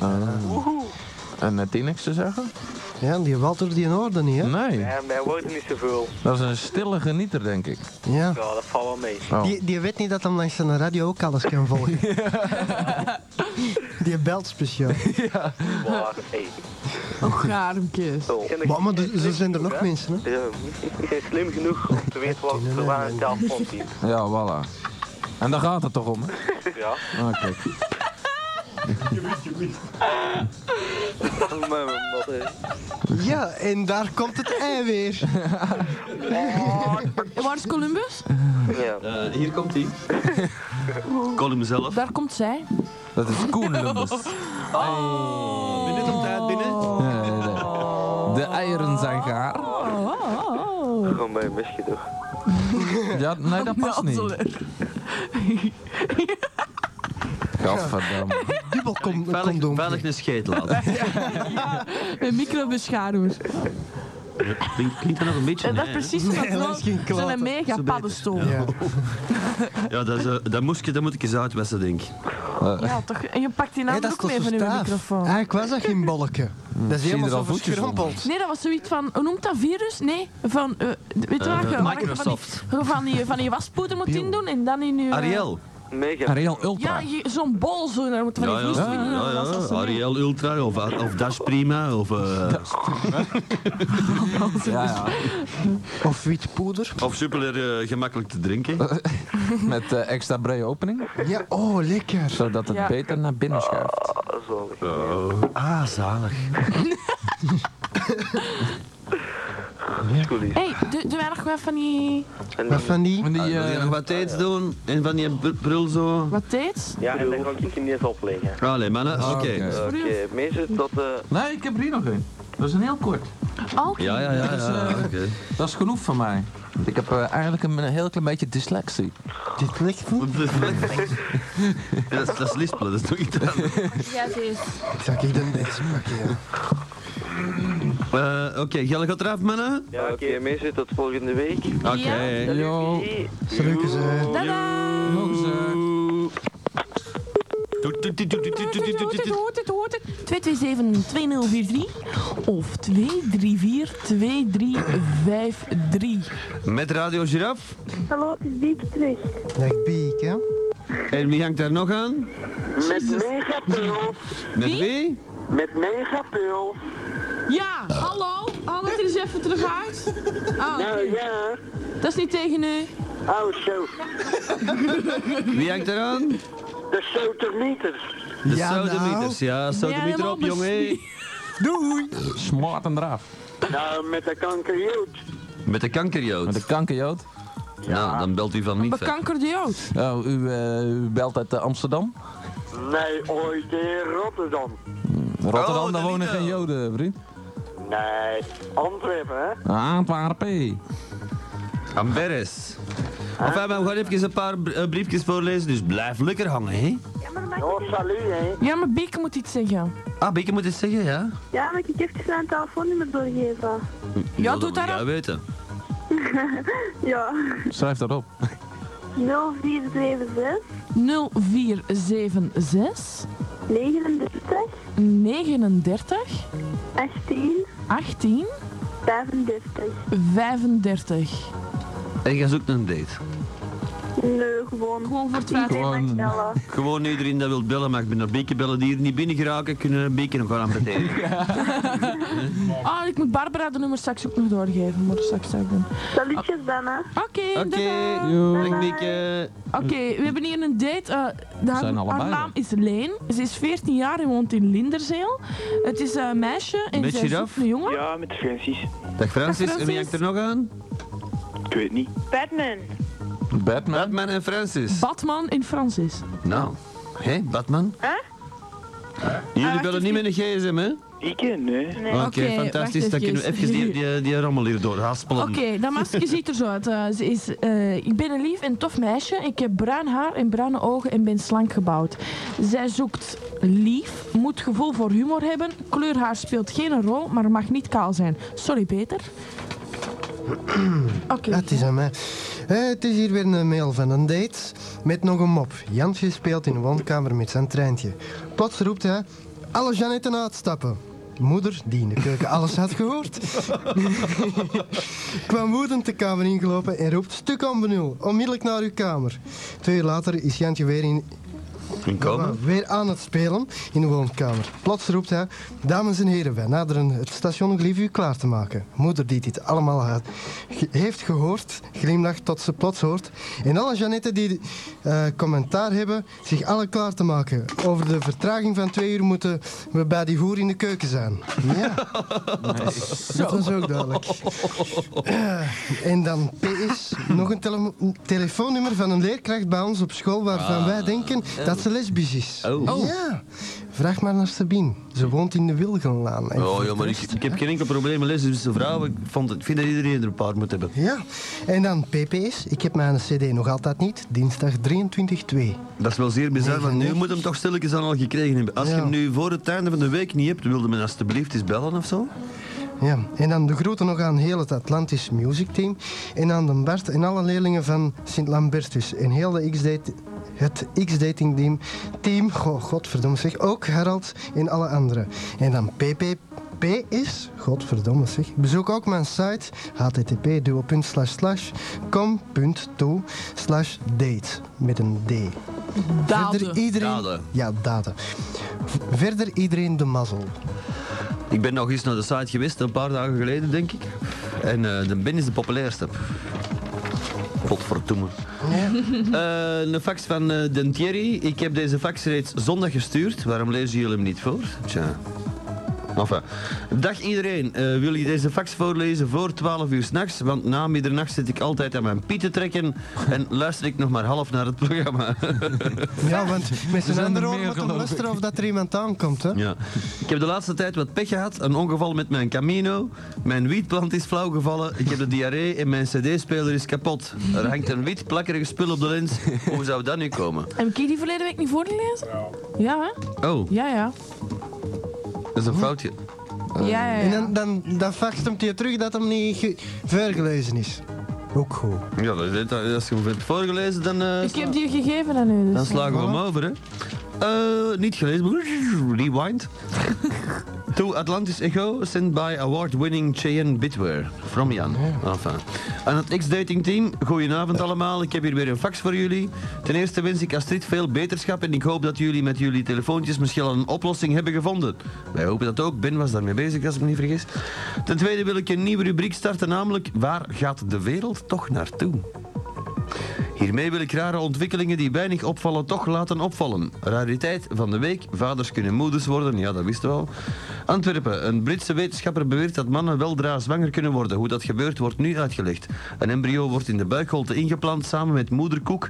[SPEAKER 4] En het niks te zeggen?
[SPEAKER 5] Ja, die Walter die in orde niet, hè?
[SPEAKER 4] Nee.
[SPEAKER 6] ja, wij worden niet zoveel.
[SPEAKER 4] Dat is een stille genieter, denk ik.
[SPEAKER 5] Ja.
[SPEAKER 6] Ja, dat valt wel mee.
[SPEAKER 4] Oh.
[SPEAKER 5] Die, die weet niet dat hem langs zijn radio ook alles kan *laughs* volgen. Die belt speciaal.
[SPEAKER 6] Waar, hé.
[SPEAKER 3] Och, armkes.
[SPEAKER 6] Zo.
[SPEAKER 5] Maar, maar er, er zijn er nog mensen, hè?
[SPEAKER 6] Ja, *laughs* slim genoeg om te weten wat er waar een taal van is.
[SPEAKER 4] Ja, voilà. En daar gaat het toch om, hè?
[SPEAKER 5] *laughs*
[SPEAKER 6] Ja.
[SPEAKER 4] Ah, kijk.
[SPEAKER 6] Maar eh, mijn mot, hè.
[SPEAKER 5] Ja, en daar komt het ei weer.
[SPEAKER 3] En waar is Columbus?
[SPEAKER 6] Ja.
[SPEAKER 2] Eh, hier komt *laughs* hij. Colum zelf.
[SPEAKER 3] Daar komt zij.
[SPEAKER 4] Dat is Koen Lumbers.
[SPEAKER 2] Binnen op tijd binnen.
[SPEAKER 4] Ja, ja, ja. De eieren zijn gaar.
[SPEAKER 3] Oh, oh, oh.
[SPEAKER 6] Gewoon bij een mesje toch.
[SPEAKER 4] *laughs* Ja, nee, dat past niet. Gadverdamme.
[SPEAKER 5] Dubbel kom,
[SPEAKER 2] Veilig,
[SPEAKER 5] condoom.
[SPEAKER 2] veilig een scheet laten.
[SPEAKER 3] Een microbeschaduwer.
[SPEAKER 2] *laughs* Klinkt, klinkt dat nog een beetje?
[SPEAKER 3] En dat is
[SPEAKER 2] Nee,
[SPEAKER 3] precies wat
[SPEAKER 5] Nee, dat is geen
[SPEAKER 3] Zo'n
[SPEAKER 5] klater.
[SPEAKER 3] mega
[SPEAKER 2] beter.
[SPEAKER 3] paddenstoel. Ja.
[SPEAKER 5] Ja.
[SPEAKER 2] hè? Ja, dat, is, eh, dat, moest, je- dat moet ik eens uitwessen, denk ik.
[SPEAKER 3] toch. En je pakt die naam
[SPEAKER 5] Hé, dat is
[SPEAKER 3] ook
[SPEAKER 5] toch Ah,
[SPEAKER 3] mee
[SPEAKER 5] zo
[SPEAKER 3] van uw
[SPEAKER 5] straf?
[SPEAKER 3] microfoon.
[SPEAKER 4] *laughs*
[SPEAKER 5] Eigenlijk was dat geen bolletje.
[SPEAKER 4] Hm.
[SPEAKER 5] Dat is
[SPEAKER 4] Zie je
[SPEAKER 5] helemaal
[SPEAKER 4] er al
[SPEAKER 5] zo
[SPEAKER 4] voetjes
[SPEAKER 5] verschrompeld.
[SPEAKER 3] Nee, dat was zoiets van, hoe noemt dat virus? Nee, van, eh, weet je waar, je- waar je van
[SPEAKER 2] Microsoft.
[SPEAKER 3] die, van, die, van die waspoeder moet indoen en dan in je... eh,
[SPEAKER 2] Ariel.
[SPEAKER 6] Mega.
[SPEAKER 4] Ariel
[SPEAKER 3] Ja,
[SPEAKER 4] Ultra.
[SPEAKER 3] je- zo'n bol zo, daar moet van die
[SPEAKER 2] Ja, ja,
[SPEAKER 3] vloeistof in doen,
[SPEAKER 2] ja,
[SPEAKER 3] dat was
[SPEAKER 2] ja.
[SPEAKER 3] dat zo ding.
[SPEAKER 2] Ariel Ultra of, eh, of Dash Prima of, eh,
[SPEAKER 4] Ja, ja.
[SPEAKER 5] Of witpoeder.
[SPEAKER 2] of super eh, gemakkelijk te drinken.
[SPEAKER 4] Met eh, extra brede opening,
[SPEAKER 5] Ja, oh, lekker.
[SPEAKER 4] zodat het
[SPEAKER 3] Ja.
[SPEAKER 4] beter naar binnen schuift.
[SPEAKER 6] Ah, zalig.
[SPEAKER 2] Ah, zalig.
[SPEAKER 6] Cool hier.
[SPEAKER 3] Hé, hey, doen wij nog wat van die...
[SPEAKER 6] En
[SPEAKER 5] Maar van die...
[SPEAKER 4] En die,
[SPEAKER 2] Wil je
[SPEAKER 4] eh,
[SPEAKER 2] nog wat tijd doen? En van die br- brul zo?
[SPEAKER 3] Wat deed?
[SPEAKER 6] Ja, en dan ga ik hem niet eens opleggen.
[SPEAKER 2] Allee, mannen, Ah, oké.
[SPEAKER 4] Ah, oké. Eh,
[SPEAKER 6] Oké, mensen, tot eh
[SPEAKER 4] Nee, ik heb hier nog een. Dat is een heel kort.
[SPEAKER 3] Al?
[SPEAKER 2] Ja, ja, ja, ja, oké. *laughs*
[SPEAKER 4] Dat is genoeg van mij. Ik heb eh, eigenlijk een, een heel klein beetje dyslexie.
[SPEAKER 5] Dit ligt niet.
[SPEAKER 2] dat, is, dat is lispelen, dat is toch iets anders.
[SPEAKER 3] Ja, deed.
[SPEAKER 5] Zal ik dan deze pakken? ja?
[SPEAKER 2] Eh, Oké, Jelle gaat eraf, mannen?
[SPEAKER 6] ja, oké mensen, tot volgende week.
[SPEAKER 2] Oké.
[SPEAKER 3] Ja.
[SPEAKER 4] Yo.
[SPEAKER 6] Hey.
[SPEAKER 5] Salut, ze.
[SPEAKER 3] Tadaa!
[SPEAKER 4] Nog ze.
[SPEAKER 2] Doet, doet, doet, doet, doet, doet, doet, doet, doet.
[SPEAKER 3] 227-2043 of 234-2353.
[SPEAKER 2] Met Radio Giraf.
[SPEAKER 7] Hallo, het is Bieke terug.
[SPEAKER 5] Dag Biek, hè?
[SPEAKER 2] En wie hangt daar nog aan?
[SPEAKER 1] Met megapul.
[SPEAKER 2] Met
[SPEAKER 3] Wie?
[SPEAKER 2] wie?
[SPEAKER 1] Met megapul.
[SPEAKER 3] Ja, hallo? Haal het er eens even terug uit. Ah,
[SPEAKER 1] Nou ja.
[SPEAKER 3] dat is niet tegen u.
[SPEAKER 1] Oh zo.
[SPEAKER 2] Wie hangt daar aan?
[SPEAKER 1] De sotermieter.
[SPEAKER 2] De
[SPEAKER 5] Ja, nou.
[SPEAKER 2] Soudemieters, ja. Soudemieter
[SPEAKER 3] helemaal
[SPEAKER 2] op, jongen.
[SPEAKER 3] bestie.
[SPEAKER 4] Smart en eraf.
[SPEAKER 1] Nou, met de kankerjood.
[SPEAKER 2] Met de kankerjood.
[SPEAKER 4] Met de kankerjood.
[SPEAKER 2] Nou, dan belt u van niet. hè.
[SPEAKER 3] Bekankerde jood.
[SPEAKER 4] Oh, u, eh, u belt uit eh, Amsterdam.
[SPEAKER 1] Nee, ooit in Rotterdam.
[SPEAKER 4] Rotterdam,
[SPEAKER 2] Oh,
[SPEAKER 4] daar
[SPEAKER 2] dat
[SPEAKER 4] wonen
[SPEAKER 2] niet,
[SPEAKER 4] geen
[SPEAKER 2] eh.
[SPEAKER 4] joden, vriend. Ah,
[SPEAKER 1] Nee, Antwerpen, hè?
[SPEAKER 4] Antwerpen.
[SPEAKER 2] Amberes. Enfin, maar we gaan even een paar br- eh, briefjes voorlezen, dus blijf lekker hangen, hè?
[SPEAKER 7] Ja, maar dan mag
[SPEAKER 1] Oh,
[SPEAKER 7] ik,
[SPEAKER 1] salut, hè?
[SPEAKER 3] Ja, maar Bieke moet iets zeggen.
[SPEAKER 2] Ah, Beke moet het zeggen, ja?
[SPEAKER 7] ja, mag ik even zijn telefoonnummer doorgeven?
[SPEAKER 3] Ja,
[SPEAKER 2] dat
[SPEAKER 3] doe
[SPEAKER 2] moet
[SPEAKER 3] dat
[SPEAKER 2] jij
[SPEAKER 3] dan.
[SPEAKER 2] weten.
[SPEAKER 7] Ja,
[SPEAKER 4] Schrijf dat op.
[SPEAKER 7] 0476
[SPEAKER 3] 0476
[SPEAKER 7] 39
[SPEAKER 3] 39
[SPEAKER 7] 18
[SPEAKER 3] 18
[SPEAKER 7] 35.
[SPEAKER 3] 35.
[SPEAKER 2] En ga zoeken een date.
[SPEAKER 7] Nee, gewoon.
[SPEAKER 3] Gewoon voor het feit.
[SPEAKER 7] Iedereen mag
[SPEAKER 4] Gewoon-
[SPEAKER 7] bellen.
[SPEAKER 2] Gewoon iedereen dat wil bellen, mag naar Beke bellen die hier niet binnen geraken, kunnen Beke nog gaan aan
[SPEAKER 3] *laughs*
[SPEAKER 2] betalen.
[SPEAKER 3] Ah, ik moet Barbara de nummer straks ook nog doorgeven, maar dat straks zou ik doen.
[SPEAKER 7] Salutjes dan, hè.
[SPEAKER 3] Oké,
[SPEAKER 2] Oké,
[SPEAKER 3] dadaa.
[SPEAKER 2] dag Beke.
[SPEAKER 3] Oké, we hebben hier een date. eh, haar,
[SPEAKER 4] zijn allebei,
[SPEAKER 3] haar naam
[SPEAKER 4] hè?
[SPEAKER 3] is Leen. Ze is 14 jaar en woont in Linderzeel. Het is een meisje en
[SPEAKER 2] Met
[SPEAKER 3] zij
[SPEAKER 2] giraf?
[SPEAKER 3] zoekt een jongen.
[SPEAKER 8] Ja, met Francis.
[SPEAKER 2] Dag Francis, en wie
[SPEAKER 3] Francis.
[SPEAKER 2] hangt er nog aan?
[SPEAKER 8] Ik weet niet.
[SPEAKER 7] Batman.
[SPEAKER 4] Batman.
[SPEAKER 2] Batman en Francis.
[SPEAKER 3] Batman in Frans is.
[SPEAKER 2] nou, hé, Batman.
[SPEAKER 7] Hè?
[SPEAKER 2] Jullie
[SPEAKER 3] wacht,
[SPEAKER 2] bellen
[SPEAKER 3] is
[SPEAKER 2] niet met een gsm, hè?
[SPEAKER 8] Ik nee.
[SPEAKER 2] Oké,
[SPEAKER 3] Oké,
[SPEAKER 2] fantastisch.
[SPEAKER 3] wacht
[SPEAKER 2] Dan kunnen we
[SPEAKER 3] even.
[SPEAKER 2] even die, die, die rommel hier doorhaspelen.
[SPEAKER 3] Oké, dat masker ziet er zo uit. Eh, ze is, eh, ik ben een lief en tof meisje. Ik heb bruin haar en bruine ogen en ben slank gebouwd. Zij zoekt lief, moet gevoel voor humor hebben. Kleur haar speelt geen rol, maar mag niet kaal zijn. Sorry, Peter. Oké.
[SPEAKER 5] Ah, het is aan mij. Eh, het is hier weer een mail van een date met nog een mop. Jantje speelt in de woonkamer met zijn treintje. Plots roept hij, alle Janetten uitstappen. Moeder, die in de keuken alles had gehoord, *laughs* kwam woedend de kamer ingelopen en roept stuk aan benul, onmiddellijk naar uw kamer. Twee uur later is Jantje weer, in,
[SPEAKER 2] Een komen.
[SPEAKER 5] weer aan het spelen in de woonkamer. Plots roept hij, dames en heren, wij naderen het station nog lief u klaar te maken. Moeder die dit allemaal ha- ge- heeft gehoord, glimlacht tot ze plots hoort. En alle Janetten die eh, commentaar hebben, zich alle klaar te maken. Over de vertraging van twee uur moeten we bij die hoer in de keuken zijn. Ja. Dat was ook duidelijk. Eh, en dan PS, nog een tele- telefoonnummer van een leerkracht bij ons op school waarvan wij denken dat ze lesbisch is.
[SPEAKER 2] Ah. Oh.
[SPEAKER 5] Ja, vraag maar naar Sabine. Ze woont in de Wilgenlaan. En
[SPEAKER 2] Oh ja, maar ik, ik heb geen enkel probleem met lezen. Dus vrouw, ik vond het, ik vind dat iedereen er een paar moet hebben.
[SPEAKER 5] Ja, en dan PPS. Ik heb mijn CD nog altijd niet. Dinsdag 23-2.
[SPEAKER 2] Dat is wel zeer bizar, want nu
[SPEAKER 5] Negen,
[SPEAKER 2] moet hem toch stilletjes aan al gekregen hebben. Als je
[SPEAKER 5] Ja.
[SPEAKER 2] hem nu voor het einde van de week niet hebt, wilde men alstublieft eens bellen of zo?
[SPEAKER 5] Ja, en dan de groeten nog aan heel het Atlantisch Music Team. En aan de Bart en alle leerlingen van Sint Lambertus. En heel de X-date, het X-dating team. Team, goh, godverdomme zeg. Ook Harald en alle anderen. En dan PP. HTTP is, godverdomme zeg, bezoek ook mijn site http://com.to slash date met een D. Verder
[SPEAKER 3] Daden.
[SPEAKER 5] iedereen...
[SPEAKER 2] Daden.
[SPEAKER 5] Ja, daden. V- Verder iedereen de mazzel.
[SPEAKER 2] Ik ben nog eens naar de site geweest, een paar dagen geleden denk ik. En eh, de bin is de populairste. Godverdomme. Eh een fax van eh, Den Thierry. Ik heb deze fax reeds zondag gestuurd. Waarom lezen jullie hem niet voor? Tja. Enfin. Dag iedereen. Eh, wil je deze fax voorlezen voor 12 uur s'nachts? Want na middernacht zit ik altijd aan mijn pieten trekken en luister ik nog maar half naar het programma.
[SPEAKER 5] Ja, want
[SPEAKER 4] zijn
[SPEAKER 5] met zijn
[SPEAKER 4] er
[SPEAKER 5] andere
[SPEAKER 4] meer,
[SPEAKER 5] oor moet hem
[SPEAKER 4] geloof
[SPEAKER 5] luisteren of dat er iemand aankomt, hè.
[SPEAKER 2] Ja. Ik heb de laatste tijd wat pech gehad. Een ongeval met mijn Camino. Mijn wietplant is flauw gevallen. Ik heb de diarree en mijn cd-speler is kapot. Er hangt een wit plakkerig spul op de lens. Hoe zou dat nu komen?
[SPEAKER 3] Heb ik die verleden week niet voorgelezen? Ja, hè?
[SPEAKER 2] Oh,
[SPEAKER 3] Ja, ja.
[SPEAKER 2] dat is een foutje.
[SPEAKER 3] Ja, ja,
[SPEAKER 5] Eh, En
[SPEAKER 3] ja.
[SPEAKER 5] dan, dan, dan faxt hem je terug dat hem niet ge- vergelezen is. Ook goed.
[SPEAKER 2] Ja, dat is, dat, als je hem hebt voorgelezen, dan, eh,
[SPEAKER 3] Ik
[SPEAKER 2] sla-
[SPEAKER 3] heb die gegeven aan u. Dus.
[SPEAKER 2] dan slagen we hem over, hè. Eh, niet gelezen. Rewind. To Atlantis Echo, sent by award-winning Cheyenne Bitware. From Jan. Enfin. Aan het X-dating team, goedenavond allemaal. Ik heb hier weer een fax voor jullie. Ten eerste wens ik Astrid veel beterschap en ik hoop dat jullie met jullie telefoontjes misschien al een oplossing hebben gevonden. Wij hopen dat ook. Ben was daarmee bezig, als ik me niet vergis. Ten tweede wil ik een nieuwe rubriek starten, namelijk Waar gaat de wereld toch naartoe? Hiermee wil ik rare ontwikkelingen die weinig opvallen toch laten opvallen. Rariteit van de week, vaders kunnen moeders worden, ja dat wisten we al. Antwerpen, een Britse wetenschapper beweert dat mannen weldra zwanger kunnen worden. Hoe dat gebeurt wordt nu uitgelegd. Een embryo wordt in de buikholte ingeplant samen met moederkoek.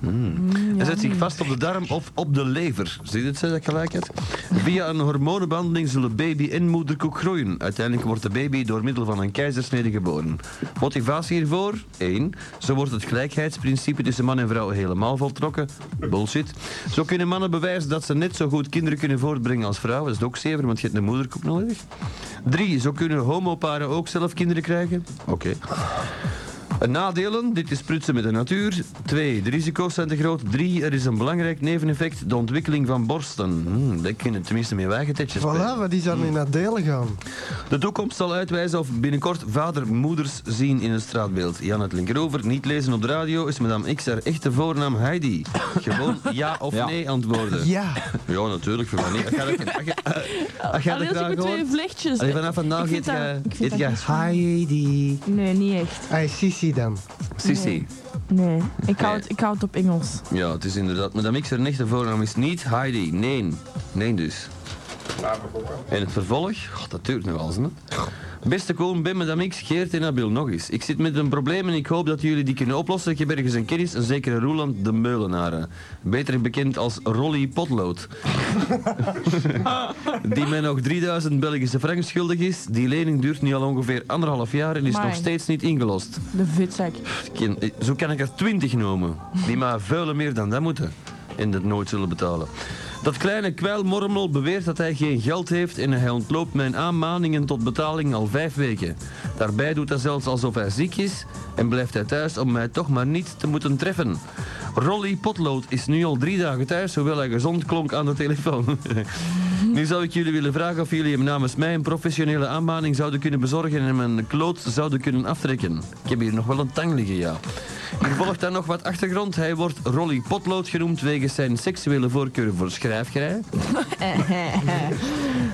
[SPEAKER 2] Mm. en zet zich vast op de darm of op de lever. Zie je het, zei dat gelijkheid? Via een hormonenbehandeling zullen baby en moederkoek groeien. Uiteindelijk wordt de baby door middel van een keizersnede geboren. Motivatie hiervoor? 1. Zo wordt het gelijkheidsprincipe tussen man en vrouw helemaal voltrokken. Bullshit. Zo kunnen mannen bewijzen dat ze net zo goed kinderen kunnen voortbrengen als vrouwen. Dat is ook zever, want je hebt een moederkoek nodig. 3. Zo kunnen homoparen ook zelf kinderen krijgen. Oké. En Nadelen, dit is prutsen met de natuur. 2. De risico's zijn te groot. 3. Er is een belangrijk neveneffect, de ontwikkeling van borsten. Hmm, daar kunnen tenminste mee wagentetjes
[SPEAKER 5] Voilà, wat is daar nu naar delen gaan?
[SPEAKER 2] De toekomst zal uitwijzen of binnenkort vader-moeders zien in het straatbeeld. Jan het linkerover, niet lezen op de radio, is madame X haar echte voornaam Heidi. Gewoon ja of
[SPEAKER 4] Ja.
[SPEAKER 2] nee antwoorden.
[SPEAKER 5] Ja,
[SPEAKER 2] *laughs* Ja, natuurlijk, voor mij niet. Ik ga dat- ik ga- ik ga dat
[SPEAKER 3] Alleen
[SPEAKER 2] graag
[SPEAKER 3] met twee
[SPEAKER 2] horen.
[SPEAKER 3] vlechtjes.
[SPEAKER 2] Allee, Vanaf vandaag
[SPEAKER 3] Ik
[SPEAKER 2] heet
[SPEAKER 3] vind dat-
[SPEAKER 2] je
[SPEAKER 3] ik vind dat niet
[SPEAKER 2] heet je
[SPEAKER 3] zo.
[SPEAKER 2] Heidi.
[SPEAKER 3] Nee, niet echt.
[SPEAKER 5] hij is Sissi dan.
[SPEAKER 2] Sissy.
[SPEAKER 3] Nee, ik
[SPEAKER 2] Nee.
[SPEAKER 3] hou het, ik hou het op Engels.
[SPEAKER 2] Ja, het is inderdaad. Madame X, haar echte voornaam is niet Heidi. Nee. Nee dus. En het vervolg? Goh, dat duurt nog wel eens, hè? Beste Koen, Ben, Madame X, Geert en Nabil nog eens. Ik zit met een probleem en ik hoop dat jullie die kunnen oplossen. Ik heb ergens een kennis, een zekere Roeland de Meulenaren. Beter bekend als Rolly Potlood. *laughs* die mij nog 3000 Belgische francs schuldig is. Die lening duurt nu al ongeveer anderhalf jaar en is
[SPEAKER 3] Amai.
[SPEAKER 2] nog steeds niet ingelost.
[SPEAKER 3] De vitzak.
[SPEAKER 2] Ken- eh, Zo kan ik er twintig noemen, die maar vuilen meer dan dat moeten en dat nooit zullen betalen. Dat kleine kwijlmormel beweert dat hij geen geld heeft en hij ontloopt mijn aanmaningen tot betaling al vijf weken. Daarbij doet hij zelfs alsof hij ziek is en blijft hij thuis om mij toch maar niet te moeten treffen. Rolly Potlood is nu al drie dagen thuis, hoewel hij gezond klonk aan de telefoon. *laughs* Nu zou ik jullie willen vragen of jullie hem namens mij een professionele aanmaning zouden kunnen bezorgen en hem een kloot zouden kunnen aftrekken. Ik heb hier nog wel een tang liggen, ja. Hier volgt dan nog wat achtergrond. Hij wordt Rolly Potlood genoemd wegens zijn seksuele voorkeur voor schrijfgrij.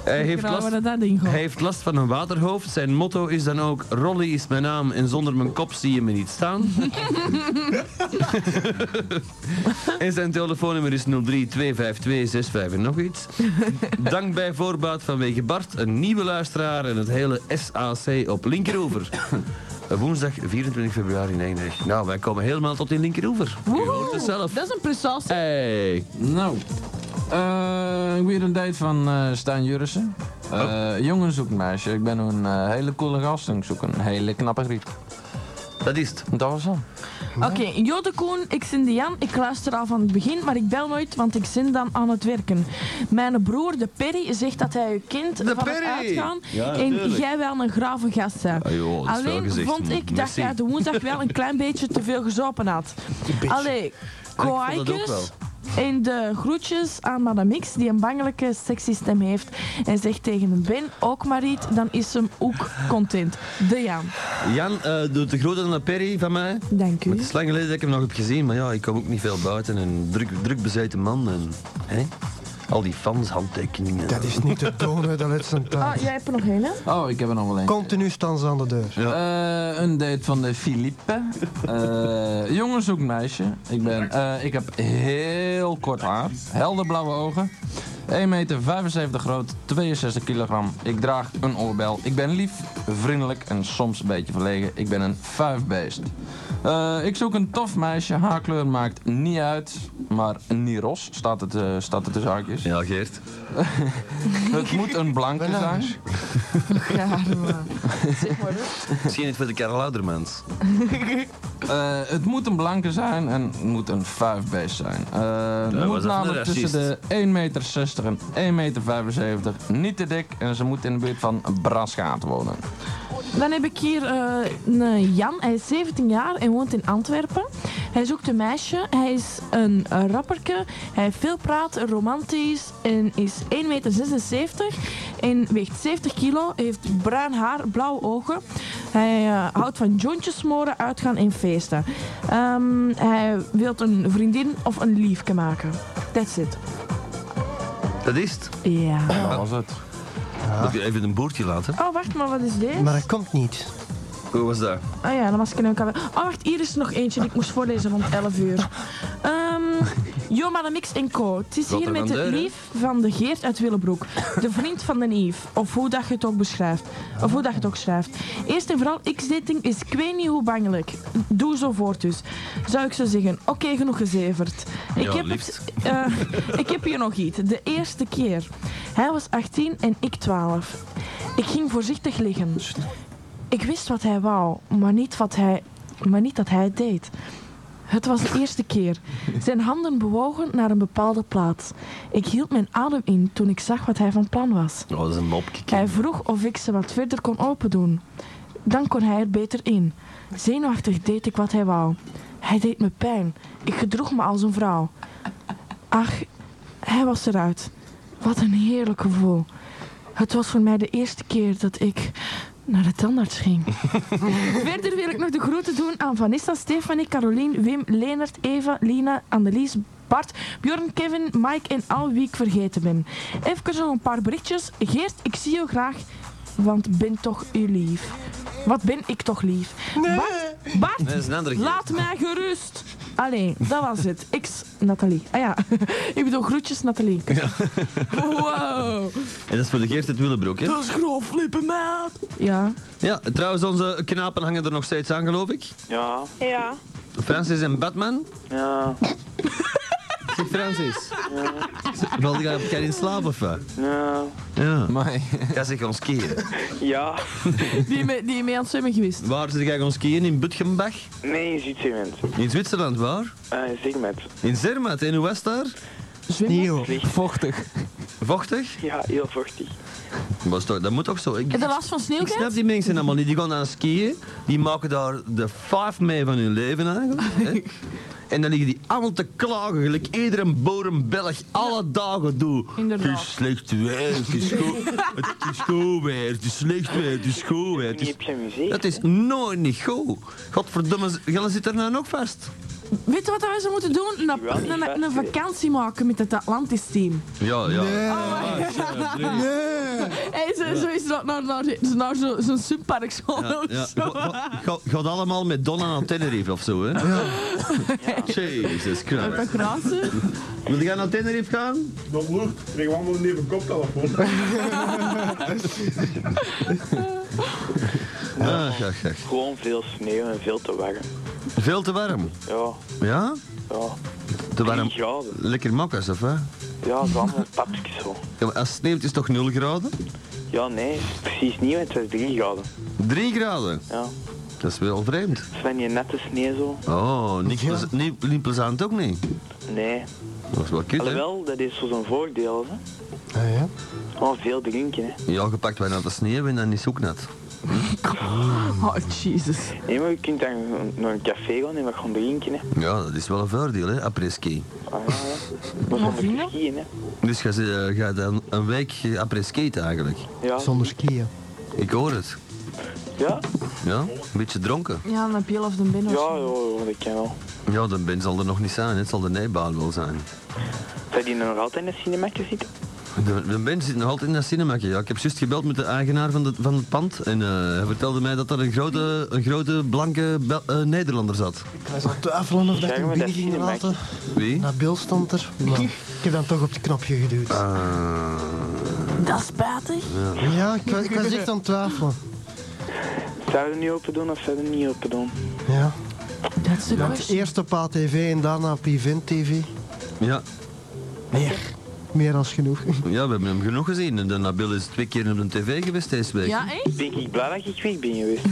[SPEAKER 2] Hij heeft
[SPEAKER 3] Knallen we
[SPEAKER 2] last
[SPEAKER 3] dat dat ding
[SPEAKER 2] hij
[SPEAKER 3] gewoon.
[SPEAKER 2] heeft last van een waterhoofd. Zijn motto is dan ook: Rolly is mijn naam en zonder mijn kop zie je me niet staan. en zijn telefoonnummer is 03 252 65 en nog iets. Dank bij voorbaat vanwege Bart, een nieuwe luisteraar en het hele SAC op Linkeroever. Woensdag 24 februari 99. Nou, wij komen helemaal tot in Linkeroever. U hoort het zelf.
[SPEAKER 3] Dat is een prestatie.
[SPEAKER 2] Hey.
[SPEAKER 4] Nou, eh, ik weer een date van eh Stijn Jurissen. Eh Jongen zoekt meisje. Ik ben een eh, hele coole gast en ik zoek een hele knappe griep.
[SPEAKER 2] Dat is het.
[SPEAKER 4] Dat was al.
[SPEAKER 3] Oké, Jode Koen, ik zin de Jan. Ik luister al van het begin, maar ik bel nooit, want ik zin dan aan het werken. Mijn broer, de Perry, zegt dat hij je kind van
[SPEAKER 2] Perry!
[SPEAKER 3] het uitgaan.
[SPEAKER 2] Ja,
[SPEAKER 3] en
[SPEAKER 2] tuurlijk.
[SPEAKER 3] jij wel een grave gast bent.
[SPEAKER 2] Ah, joh, dat is wel
[SPEAKER 3] Alleen
[SPEAKER 2] gezegd,
[SPEAKER 3] vond
[SPEAKER 2] man.
[SPEAKER 3] ik dat
[SPEAKER 2] Merci.
[SPEAKER 3] jij de woensdag wel een klein beetje te veel gezopen had. Allee,
[SPEAKER 2] Ah, ik vond dat ook
[SPEAKER 3] kwaaikus.
[SPEAKER 2] wel.
[SPEAKER 3] En de groetjes aan Madame X, die een bangelijke sexy stem heeft. En zegt tegen Ben, ook maar iets, dan is hem ook content. De Jan.
[SPEAKER 2] Jan eh, doet de groeten aan de Perry van mij.
[SPEAKER 3] Dank
[SPEAKER 2] Maar
[SPEAKER 3] u.
[SPEAKER 2] het is lang geleden dat ik hem nog heb gezien, maar ja, ik kom ook niet veel buiten. Een druk, druk bezeten man en hè? al die fans, handtekeningen.
[SPEAKER 5] Dat is niet te tonen, dat is een
[SPEAKER 3] Ah,
[SPEAKER 5] taal.
[SPEAKER 3] jij hebt er nog één, hè?
[SPEAKER 4] Oh, ik heb er nog wel één.
[SPEAKER 5] Continu staan ze aan de deur.
[SPEAKER 4] Eh, een date van de Philippe. Eh jongen zoekt meisje. Ik, ben, eh, ik heb heel kort haar. Helder blauwe ogen. 1 meter 75 groot, 62 kilogram. Ik draag een oorbel. Ik ben lief, vriendelijk en soms een beetje verlegen. Ik ben een fuifbeest. Eh, ik zoek een tof meisje. Haarkleur maakt niet uit. Maar niet ros, staat het, eh staat het tussen haakjes.
[SPEAKER 2] Ja, Geert.
[SPEAKER 4] Het moet een blanke zijn.
[SPEAKER 2] Misschien niet voor de Karel Oudermans.
[SPEAKER 4] Eh, het moet een blanke zijn en het moet een vuifbeest zijn. Eh, het
[SPEAKER 2] was
[SPEAKER 4] moet
[SPEAKER 2] een
[SPEAKER 4] namelijk
[SPEAKER 2] racist.
[SPEAKER 4] tussen de 1,60 meter en 1,75 meter. Niet te dik en ze moet in de buurt van Brasgaat wonen.
[SPEAKER 3] Dan heb ik hier eh, een Jan. Hij is 17 jaar en woont in Antwerpen. Hij zoekt een meisje. Hij is een eh, rapperke. Hij heeft veel praat, romantisch en is 1,76 meter. En weegt 70 kilo, heeft bruin haar, blauwe ogen. Hij eh, houdt van jointjes smoren, uitgaan en feesten. Ehm, hij wil een vriendin of een liefke maken. That's it.
[SPEAKER 2] Dat is het.
[SPEAKER 3] Ja.
[SPEAKER 4] Dat was het.
[SPEAKER 2] Moet je even een boertje laten.
[SPEAKER 3] Oh, wacht, maar wat is dit?
[SPEAKER 5] Maar dat komt niet.
[SPEAKER 2] Hoe was dat?
[SPEAKER 3] Ah ja, dan was ik in elkaar. Oh, wacht, hier is er nog eentje die ik moest voorlezen rond 11 uur. Ehm Jo Madame Mix en Co. Het is hier met de
[SPEAKER 2] Rotterdam, hè?
[SPEAKER 3] lief van de Geert uit Willebroek. De vriend van de Yves. Of hoe dat je het ook beschrijft. Of hoe dat je het ook schrijft. Eerst en vooral, X-dating is ik weet niet hoe bangelijk. Doe zo voort dus. Zou ik zo zeggen. Oké, genoeg gezeverd. Ik
[SPEAKER 2] Ja,
[SPEAKER 3] heb
[SPEAKER 2] liefst.
[SPEAKER 3] het- eh, ik heb hier nog iets. De eerste keer. Hij was 18 en ik 12. Ik ging voorzichtig liggen. Ik wist wat hij wou, maar niet, wat hij, maar niet dat hij het deed. Het was de eerste keer. Zijn handen bewogen naar een bepaalde plaats. Ik hield mijn adem in toen ik zag wat hij van plan was.
[SPEAKER 2] Oh, dat is een mopje.
[SPEAKER 3] Hij vroeg of ik ze wat verder kon opendoen. Dan kon hij er beter in. Zenuwachtig deed ik wat hij wou. Hij deed me pijn. Ik gedroeg me als een vrouw. Ach, hij was eruit. Wat een heerlijk gevoel. Het was voor mij de eerste keer dat ik naar de tandarts ging. Verder wil ik nog de groeten doen aan Vanessa, Stefanie, Caroline, Wim, Leenert, Eva, Lina, Annelies, Bart, Bjorn, Kevin, Mike en al wie ik vergeten ben. Even nog een paar berichtjes. Geert, ik zie je graag, want ben toch u lief. Wat ben ik toch lief. Bart, Bart
[SPEAKER 2] Nee, dat is een andere Geert.
[SPEAKER 3] Laat mij gerust. Allee, dat was het. Ik, Nathalie. Ah ja, *laughs* ik bedoel groetjes, Nathalie. Wow,
[SPEAKER 2] En dat is voor de Geert het Willebroek, hè?
[SPEAKER 3] dat is grof flippen, maat. Ja,
[SPEAKER 2] Ja, trouwens, onze knapen hangen er nog steeds aan, geloof ik.
[SPEAKER 8] Ja.
[SPEAKER 7] Ja.
[SPEAKER 2] Francis en Batman. *laughs*
[SPEAKER 8] Ja.
[SPEAKER 2] Zeg Francis. Wel, ga je in slaap of wat?
[SPEAKER 8] Ja.
[SPEAKER 2] Ja.
[SPEAKER 4] Maar
[SPEAKER 2] Ga zich gaan skiën.
[SPEAKER 8] Ja.
[SPEAKER 3] die, me, die mee aan het zwemmen geweest.
[SPEAKER 2] Waar zit jij gaan skiën? In Butgenbach?
[SPEAKER 8] Nee, je ziet ze mensen.
[SPEAKER 2] In Zwitserland, waar?
[SPEAKER 8] Eh, zeg met.
[SPEAKER 2] In Zermatt. En hoe was het daar?
[SPEAKER 3] Zwemmen?
[SPEAKER 5] Nieuw.
[SPEAKER 4] vochtig.
[SPEAKER 2] Vochtig?
[SPEAKER 8] Ja, heel vochtig.
[SPEAKER 2] Was toch, dat moet toch zo? Ik,
[SPEAKER 3] Heb je last van
[SPEAKER 2] ik
[SPEAKER 3] sneeuwkent?
[SPEAKER 2] snap die mensen allemaal niet. Die gaan aan skiën. Die maken daar de vijf mee van hun leven
[SPEAKER 3] *laughs*
[SPEAKER 2] eigenlijk. hè. En dan liggen die allemaal te klagen. Gelijk iedere boer in Belg alle dagen doe.
[SPEAKER 3] Inderdaad.
[SPEAKER 2] Het is slecht weer. Het is goed. Het is goed weer. Het is slecht weer. Het is goed weer. Het
[SPEAKER 8] Je
[SPEAKER 2] is...
[SPEAKER 8] hebt geen muziek.
[SPEAKER 2] Dat is nooit niet goed. Godverdomme, jullie zitten er nou nog vast.
[SPEAKER 3] Weet je wat wij zo moeten doen?
[SPEAKER 8] wel niet
[SPEAKER 3] Een, een, een
[SPEAKER 8] vast, hè.
[SPEAKER 3] vakantie maken met het Atlantisch team.
[SPEAKER 2] Ja, ja.
[SPEAKER 5] Nee. Nee.
[SPEAKER 3] Hey, zo, zo is dat naar, naar, naar zo- zo'n subpark zo.
[SPEAKER 2] Ja, ja.
[SPEAKER 3] zo.
[SPEAKER 2] Ga- ga- ga- Gaat allemaal met Donna naar Tenerife of zo, hè? Jezus Christus.
[SPEAKER 3] Grazen.
[SPEAKER 2] Wil jij naar Tenerife gaan?
[SPEAKER 9] Dat lucht. Ik krijg allemaal een nieuwe koptelefoon.
[SPEAKER 2] *laughs* Ach, ach, ach.
[SPEAKER 8] Gewoon veel sneeuw en veel te warm.
[SPEAKER 2] Veel te warm.
[SPEAKER 8] Ja.
[SPEAKER 2] Ja?
[SPEAKER 8] Ja.
[SPEAKER 2] Te
[SPEAKER 8] 10
[SPEAKER 2] warm.
[SPEAKER 8] graden.
[SPEAKER 2] Lekker makkers, of hè? Ja,
[SPEAKER 8] Ja, zo allemaal papjes zo.
[SPEAKER 2] maar als het sneeuwt is het toch 0 graden?
[SPEAKER 8] Ja, nee, precies niet, want het was 3 graden.
[SPEAKER 2] 3 graden.
[SPEAKER 8] Ja.
[SPEAKER 2] Dat is wel vreemd.
[SPEAKER 8] Dus van die nette sneeuw zo.
[SPEAKER 2] Oh, niet, plez- niet, niet plezant ook niet.
[SPEAKER 8] Nee.
[SPEAKER 2] Dat is wel kut, hè?
[SPEAKER 8] Alhoewel, dat is zo zijn voordeel, hè.
[SPEAKER 5] Ah, ja.
[SPEAKER 8] Gewoon veel drinken, hè.
[SPEAKER 2] Ja, gepakt wij naar de sneeuw en dan is het ook nat.
[SPEAKER 3] Oh, Jesus.
[SPEAKER 8] Nee, maar je kunt dan gewoon naar een café gaan en wat gaan drinken. Hè.
[SPEAKER 2] Ja, dat is wel een voordeel, hè, après-ski.
[SPEAKER 8] Ah, ja, ja. Maar
[SPEAKER 3] Maar
[SPEAKER 8] zonder
[SPEAKER 3] vrienden?
[SPEAKER 8] skiën, hè.
[SPEAKER 2] Dus ga, ze, eh, ga dan een week eh, après-skate eigenlijk.
[SPEAKER 8] Ja.
[SPEAKER 5] Zonder skiën.
[SPEAKER 2] Ik hoor het.
[SPEAKER 8] Ja?
[SPEAKER 2] Ja, een beetje dronken.
[SPEAKER 3] Ja, dan heb je of de binnen.
[SPEAKER 8] Ja, ja, ja, dat kan wel.
[SPEAKER 2] Ja, de ben zal er nog niet zijn, hè. het zal de nijbaan wel zijn.
[SPEAKER 8] Zou die nog altijd in de cinematje zitten?
[SPEAKER 2] De, de Ben zit nog altijd in dat cinemakje. Ja, ik heb juist gebeld met de eigenaar van, de, van het pand. En eh, hij vertelde mij dat er een grote, een grote blanke Bel- eh, Nederlander zat.
[SPEAKER 5] Ik was al twijfelen of dat ik
[SPEAKER 8] Zeg
[SPEAKER 5] hem
[SPEAKER 8] maar, dat
[SPEAKER 5] binnen ging
[SPEAKER 8] cinemakje.
[SPEAKER 5] laten.
[SPEAKER 2] Wie?
[SPEAKER 5] Nabil stond er. Maar ik heb dan toch op het knopje geduwd.
[SPEAKER 2] Eh,
[SPEAKER 3] Dat is spijtig.
[SPEAKER 5] Ja, ik, wa- ik was echt aan het twijfelen.
[SPEAKER 8] Zou je het nu open doen of zou je het niet open doen?
[SPEAKER 5] Ja.
[SPEAKER 3] Dat is de
[SPEAKER 5] Want
[SPEAKER 3] question.
[SPEAKER 5] eerst op ATV en daarna op Event TV.
[SPEAKER 2] Ja.
[SPEAKER 5] Meer. Meer als genoeg.
[SPEAKER 2] ja, we hebben hem genoeg gezien. En de Nabil is twee keer op de tv geweest deze week. Oh,
[SPEAKER 3] Ja, echt?
[SPEAKER 8] Denk ik blij dat ik weg ben geweest.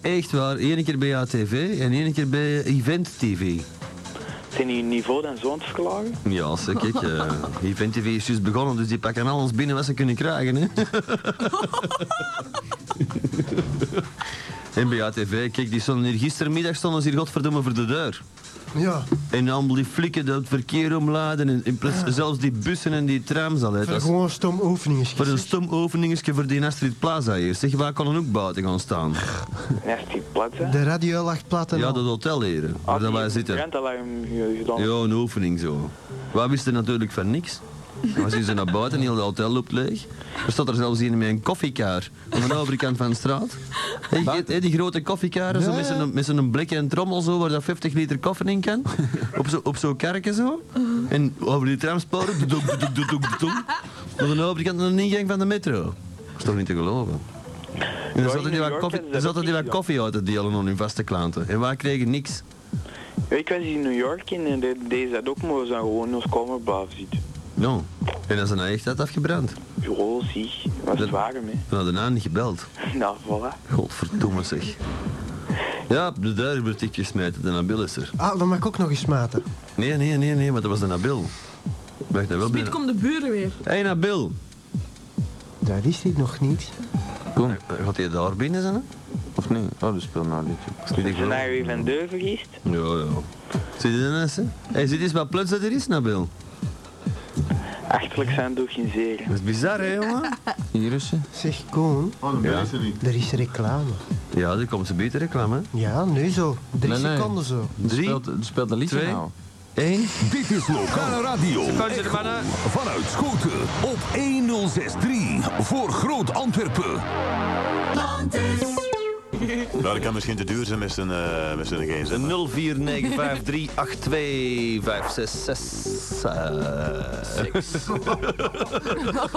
[SPEAKER 2] Echt waar, één keer bij ATV en één keer bij Event TV.
[SPEAKER 8] Zijn die niveau dan zo aan het verlagen?
[SPEAKER 2] Ja, zeg kijk, eh, Event TV is juist begonnen, dus die pakken alles binnen wat ze kunnen krijgen. Hè? en bij ATV, kijk, die stonden hier gistermiddag stonden ze hier godverdomme voor de deur.
[SPEAKER 5] Ja.
[SPEAKER 2] En allemaal die flikken dat het verkeer omladen en, en pres- zelfs die bussen en die trams al. Hè,
[SPEAKER 5] Voor
[SPEAKER 2] dat is
[SPEAKER 5] gewoon stom oefeningen.
[SPEAKER 2] voor een stom oefeningetje voor die Astrid Plaza hier. Zeg, waar kan een ook buiten gaan staan?
[SPEAKER 8] En als die plat zijn?
[SPEAKER 5] De radio lag plat en
[SPEAKER 2] Ja,
[SPEAKER 5] al.
[SPEAKER 2] dat hotel hier,
[SPEAKER 1] Ah,
[SPEAKER 2] waar dat wij zitten.
[SPEAKER 8] brandalarm ge- gedaan.
[SPEAKER 2] Ja, een oefening zo. Wij wisten natuurlijk van niks. We zien ze naar buiten, heel het hotel loopt leeg. Er staat er zelfs een met een koffiekaar aan de overkant van de straat. Hey, je- hey, die grote koffiekaren zo met zo'n- met zo'n blik en trommel zo, waar dat 50 liter koffie in kan. Op zo'n op zo karken zo. En over die tramsporen, doedoek, doedoek, doedoek, doedoek. Aan de overkant van de ingang van de metro. Dat is toch niet te geloven? En
[SPEAKER 8] in
[SPEAKER 2] er zaten die
[SPEAKER 8] New
[SPEAKER 2] wat
[SPEAKER 8] York
[SPEAKER 2] koffie,
[SPEAKER 8] hebben ze
[SPEAKER 2] er
[SPEAKER 8] dat
[SPEAKER 2] zaten die
[SPEAKER 8] ook
[SPEAKER 2] wat
[SPEAKER 8] gedaan.
[SPEAKER 2] koffie uit te delen aan hun vaste klanten. En wij kregen niks.
[SPEAKER 8] Ja, Ik was in New York en eh, de- deze had ook, maar we zijn gewoon in ons kamer blijven zitten.
[SPEAKER 2] No. En dat is dan echt uit afgebrand.
[SPEAKER 8] Bureau, zie. Wat
[SPEAKER 2] Dat-
[SPEAKER 8] is warm, hè?
[SPEAKER 2] We hadden daarna niet gebeld.
[SPEAKER 8] *laughs* Nou, voilà.
[SPEAKER 2] Godverdomme zeg. Ja, de deur werd ik gesmeten, de Nabil is er.
[SPEAKER 5] Ah, dan mag ik ook nog eens maten.
[SPEAKER 2] Nee, nee, nee, nee, maar dat was de Nabil. Wacht, dat wel
[SPEAKER 3] Piet
[SPEAKER 2] binnen.
[SPEAKER 3] komt de buren weer.
[SPEAKER 2] Hé hey, Nabil!
[SPEAKER 5] Daar is hij nog niet.
[SPEAKER 4] Kom.
[SPEAKER 2] Eh, Gaat hij daar binnen zijn? hè?
[SPEAKER 4] Of niet? Oh, dat speelt nou dit.
[SPEAKER 2] Dat is niet
[SPEAKER 8] Zijn
[SPEAKER 2] geloof.
[SPEAKER 8] daar weer van Deuven geest?
[SPEAKER 2] Ja, ja. Zit hij daarnaast, hè? Hé, zit eens wat plots dat er is, Nabil.
[SPEAKER 8] Achterlijk zijn doe geen zeer.
[SPEAKER 2] Dat is bizar, hè, jongen?
[SPEAKER 4] Hier is ze.
[SPEAKER 5] Zeg, Koen,
[SPEAKER 9] Oh, dan ben ik ze niet.
[SPEAKER 5] er is reclame.
[SPEAKER 2] Ja, er komt ze beter reclame, hè.
[SPEAKER 5] Ja, nu zo. Drie
[SPEAKER 4] Nee, nee.
[SPEAKER 5] seconden zo.
[SPEAKER 4] Er
[SPEAKER 2] Drie,
[SPEAKER 4] Speelt, er speelt een liedje
[SPEAKER 2] twee.
[SPEAKER 4] nou.
[SPEAKER 2] Eén.
[SPEAKER 10] Dit is Lokale Radio. Echo Vanuit Schoten op 1063 voor Groot Antwerpen.
[SPEAKER 11] Nou, dat kan misschien te duur zijn met zijn, eh met zijn geest.
[SPEAKER 2] 0495382566. eh,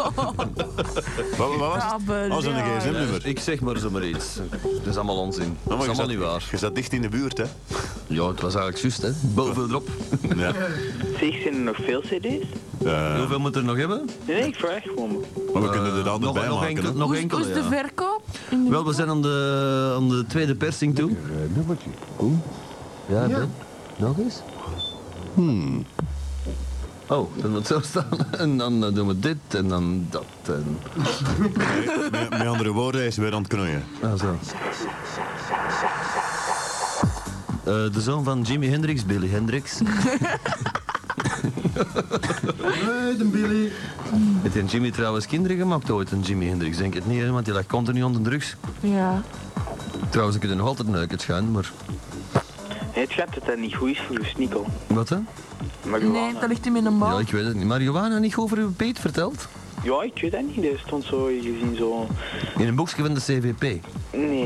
[SPEAKER 11] Wat, wat was het?
[SPEAKER 3] Kabel,
[SPEAKER 11] Oh, zijn
[SPEAKER 3] ja.
[SPEAKER 11] gsm-nummer.
[SPEAKER 2] Ik zeg maar zomaar iets. Dat is allemaal onzin. Dat is allemaal niet waar.
[SPEAKER 11] Nou, Je zat dicht in de buurt, hè?
[SPEAKER 2] Ja, het was eigenlijk juist, hè. Boven erop.
[SPEAKER 11] Ja.
[SPEAKER 8] Zeg, zijn er nog veel cd's?
[SPEAKER 11] Eh,
[SPEAKER 2] Hoeveel moet er nog hebben?
[SPEAKER 8] Nee, nee, ik vraag gewoon.
[SPEAKER 11] maar we kunnen er
[SPEAKER 2] Eh, nog,
[SPEAKER 11] altijd bij
[SPEAKER 2] nog
[SPEAKER 11] maken,
[SPEAKER 2] enkel,
[SPEAKER 11] hè?
[SPEAKER 2] nog
[SPEAKER 3] Hoe is-
[SPEAKER 2] enkel,
[SPEAKER 3] hoe is de
[SPEAKER 2] ja.
[SPEAKER 3] verkoop?
[SPEAKER 2] Wel, we zijn aan de, aan de tweede persing toe.
[SPEAKER 11] eh,
[SPEAKER 2] Ja, Ben. Nog eens? Hmm. Oh, dan moet het zo staan. *laughs* En dan eh, doen we dit en dan dat. En...
[SPEAKER 11] Met, met andere woorden, hij is weer aan het knoeien.
[SPEAKER 2] Ah, zo. Eh, de zoon van Jimi Hendrix, Billy Hendrix.
[SPEAKER 9] Nee, de Billy.
[SPEAKER 2] Heeft een Jimmy trouwens kinderen gemaakt ooit, een Jimi Hendrix? Denk het niet, hè, want die lag continu onder drugs.
[SPEAKER 3] Ja.
[SPEAKER 2] Trouwens, ik kunnen nog altijd neuken gaan, maar...
[SPEAKER 8] Nee, het gaat dat dat niet goed is voor je snikkel.
[SPEAKER 2] Wat, hè?
[SPEAKER 8] Maar
[SPEAKER 3] Nee, dat ligt hem in de
[SPEAKER 2] Ja,
[SPEAKER 3] mouw.
[SPEAKER 2] ik weet het niet. Maar Johanna niet over uw peet verteld?
[SPEAKER 8] Ja, ik weet dat niet. Dat stond zo gezien zo...
[SPEAKER 2] In een boekje van de CVP.
[SPEAKER 8] Nee.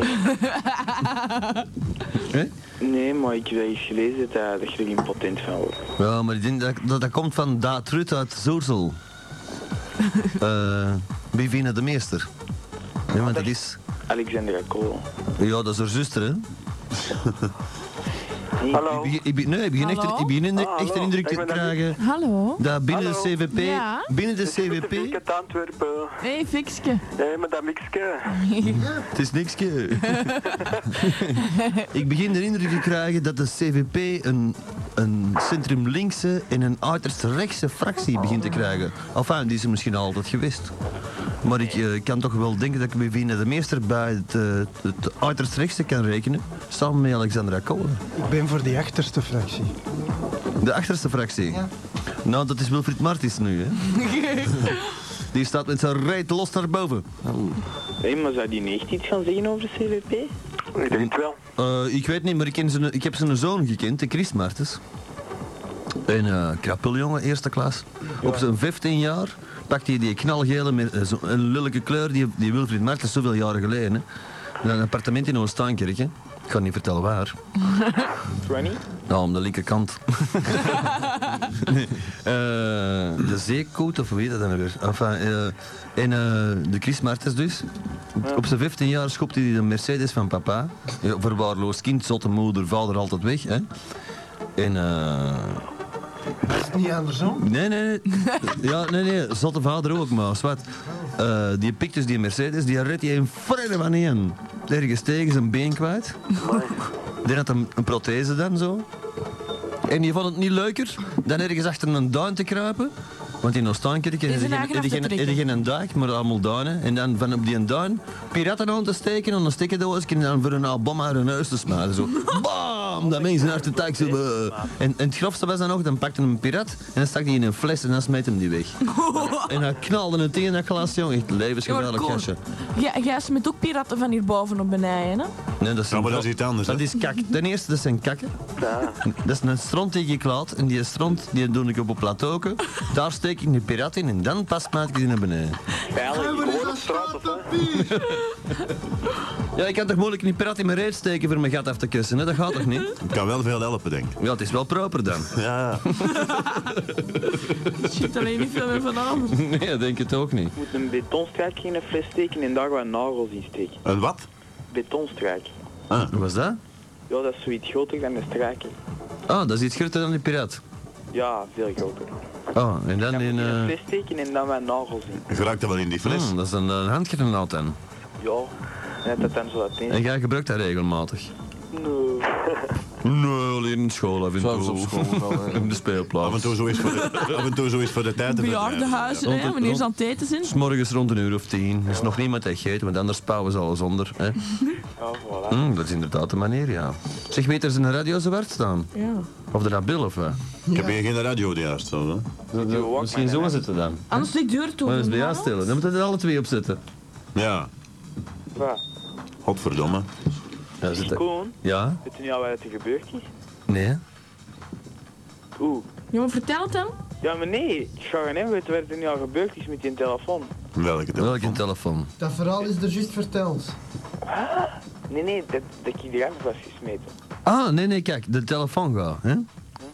[SPEAKER 2] Hè?
[SPEAKER 8] Nee, maar ik heb dat eens gelezen dat, dat je er impotent van wordt.
[SPEAKER 2] Ja, maar ik denk dat dat, dat komt van Daad Ruud uit
[SPEAKER 6] *laughs*
[SPEAKER 2] Zoersel. Eh Bivina de Meester. Ja, want dat is...
[SPEAKER 8] Alexandra Kool.
[SPEAKER 2] Ja, dat is haar zuster, hè?
[SPEAKER 8] Hallo.
[SPEAKER 2] Ik begin- ik begin- nee, ik begin echt,
[SPEAKER 3] Hallo?
[SPEAKER 2] ik begin in de,
[SPEAKER 6] Ah,
[SPEAKER 2] echt de
[SPEAKER 6] hallo.
[SPEAKER 2] indruk te
[SPEAKER 6] Ik ben daar
[SPEAKER 2] krijgen
[SPEAKER 3] Hallo?
[SPEAKER 2] dat binnen
[SPEAKER 6] Hallo?
[SPEAKER 2] de CVP...
[SPEAKER 3] Ja?
[SPEAKER 2] Binnen de
[SPEAKER 6] Ik ben
[SPEAKER 2] CVP...
[SPEAKER 6] uit Antwerpen.
[SPEAKER 3] Hé, hey, Fikske.
[SPEAKER 6] Hé, maar dat mixke.
[SPEAKER 2] Het is niks. *laughs* ik begin de indruk te krijgen dat de CVP een, een centrum-linkse en een uiterst rechtse fractie begint te krijgen. Enfin, die is er misschien altijd geweest. Maar ik eh, kan toch wel denken dat ik me Wiener de Meester bij het, eh, het uiterst rechtste kan rekenen. Samen met Alexandra Kolen.
[SPEAKER 5] Ik ben voor die achterste fractie.
[SPEAKER 2] De achterste fractie. Nou, dat is Wilfried Martens nu, hè? Die staat met zijn reet los naar boven.
[SPEAKER 8] Hé, maar zou die niet echt iets gaan zeggen over de CVP?
[SPEAKER 2] Ik denk wel. Eh, ik weet niet, maar ik, ken zijn, ik heb zijn zoon gekend, de Chris Martens. Een eh krapuljongen, eerste klas. Op zijn 15 jaar pakte hij die knalgele met eh, zo'n een lelijke kleur die, die Wilfried Martens zoveel jaren geleden. Hè. In een appartement in Oostankerk. hè. Ik ga niet vertellen waar.
[SPEAKER 8] 20?
[SPEAKER 2] Nou, aan de linkerkant. nee. eh, de zeekoot, of hoe heet dat dan weer? Enfin, eh, en eh, de Chris Martens dus. Op zijn 15 jaar schopte hij de Mercedes van papa. Ja, verwaarloosd kind, zotte moeder, vader altijd weg. Hè? En... eh,
[SPEAKER 5] Niet andersom.
[SPEAKER 2] Nee, nee, nee. Ja, nee, nee. Zotte vader ook, maar zwart. Eh, die pikt dus die Mercedes, die redt hij in vrede van in. Ergens tegen zijn been kwijt. Die had een, een prothese dan zo. En die vond het niet leuker dan ergens achter een duin te kruipen. Want in Oostankerk
[SPEAKER 3] Is
[SPEAKER 2] is
[SPEAKER 3] een eigen af te
[SPEAKER 2] er
[SPEAKER 3] trekken.
[SPEAKER 2] geen duik, maar allemaal duinen. En dan van op die duin piraten aan te steken, aan een stekkendoos en dan voor een albom aan hun neus te smijten.
[SPEAKER 3] *laughs*
[SPEAKER 2] Zo, bam! Dat mensen naar de taak zo. eh. En, en het grofste was dan nog, dan pakte een pirat en dan stak die in een fles en dan smeet hem die
[SPEAKER 3] *laughs*
[SPEAKER 2] weg. en hij knalde het tegen dat glas, jongen. Echt levensgevaarlijk gastje.
[SPEAKER 3] Ja, jij smet ook piraten van hierboven op beneden, hè?
[SPEAKER 2] Nee, dat is, maar dat is iets anders. Dat is kak. Ten eerste, dat zijn kakken. Dat is een stront die je klaat. En die stront die doe ik op een platoken. Daar steek ik een pirat in en dan pas maak ik die naar beneden.
[SPEAKER 6] Eigenlijk gewoon op straat, of
[SPEAKER 2] Ja, ik kan toch moeilijk een pirat in mijn reet steken voor mijn gat af te kussen, hè? Dat gaat toch niet? Het kan wel veel helpen, denk ik. Ja, het is wel proper dan. Ja.
[SPEAKER 3] Shit, alleen niet veel meer
[SPEAKER 2] *laughs*
[SPEAKER 3] vanavond.
[SPEAKER 2] *laughs* Nee, denk het ook niet.
[SPEAKER 8] Je moet een betonstruik in een fles steken en daar wat nagels in steken.
[SPEAKER 2] Een wat?
[SPEAKER 8] Betonstruik.
[SPEAKER 2] Ah. Wat was dat?
[SPEAKER 8] Ja, dat is zoiets groter dan een struik. hè.
[SPEAKER 2] Ah, dat is iets groter dan een pirat.
[SPEAKER 8] Ja, veel groter.
[SPEAKER 2] Ah, en dan in... eh
[SPEAKER 8] Fles steken en dan wat nagels in.
[SPEAKER 2] Geraakt dat wel in die fles? dat is een, eh, een handgranaat dan.
[SPEAKER 8] Ja, net dat dan zo dat
[SPEAKER 2] En
[SPEAKER 8] eens.
[SPEAKER 2] jij gebruikt dat regelmatig?
[SPEAKER 8] Nee.
[SPEAKER 2] Hmm. Nee, alleen in school af en toe.
[SPEAKER 11] Zelfs op
[SPEAKER 2] *laughs*
[SPEAKER 11] school wel, hè.
[SPEAKER 2] In de speelplaats.
[SPEAKER 11] Af en toe zo is voor
[SPEAKER 2] *laughs*
[SPEAKER 11] de, af en toe zo is voor de tijd.
[SPEAKER 3] Bejaardenhuizen, hè? Wanneer ze aan het eten zijn.
[SPEAKER 2] S'morgens rond een uur of tien. Er is nog niemand die gegeten, want anders pauwen ze alles onder. Hè. Mm, dat is inderdaad de manier, ja. Zeg, weet er is een radio zo hard staan?
[SPEAKER 3] Ja.
[SPEAKER 2] Of de bil of wat? Ik heb hier geen radio die hard staat. Misschien zo zitten dan.
[SPEAKER 3] Anders die deur toe.
[SPEAKER 2] Maar dat is bij jou stelen. Dan moeten we er alle twee op zitten.
[SPEAKER 11] Ja. Godverdomme.
[SPEAKER 2] Ja, zitten.
[SPEAKER 8] Koen,
[SPEAKER 2] Ja?
[SPEAKER 8] weet je nu al wat er gebeurd is?
[SPEAKER 2] Nee?
[SPEAKER 8] Oeh.
[SPEAKER 3] Ja, maar vertel het dan.
[SPEAKER 8] Ja, maar nee, Sharon, weet je wat er nu al gebeurd is met die telefoon?
[SPEAKER 2] Welke telefoon? Welke telefoon?
[SPEAKER 5] Dat verhaal is er juist verteld.
[SPEAKER 8] Nee, nee, dat, dat ik die eruit was gesmeten.
[SPEAKER 2] Ah, nee, nee, kijk, de telefoon gaat. Hè?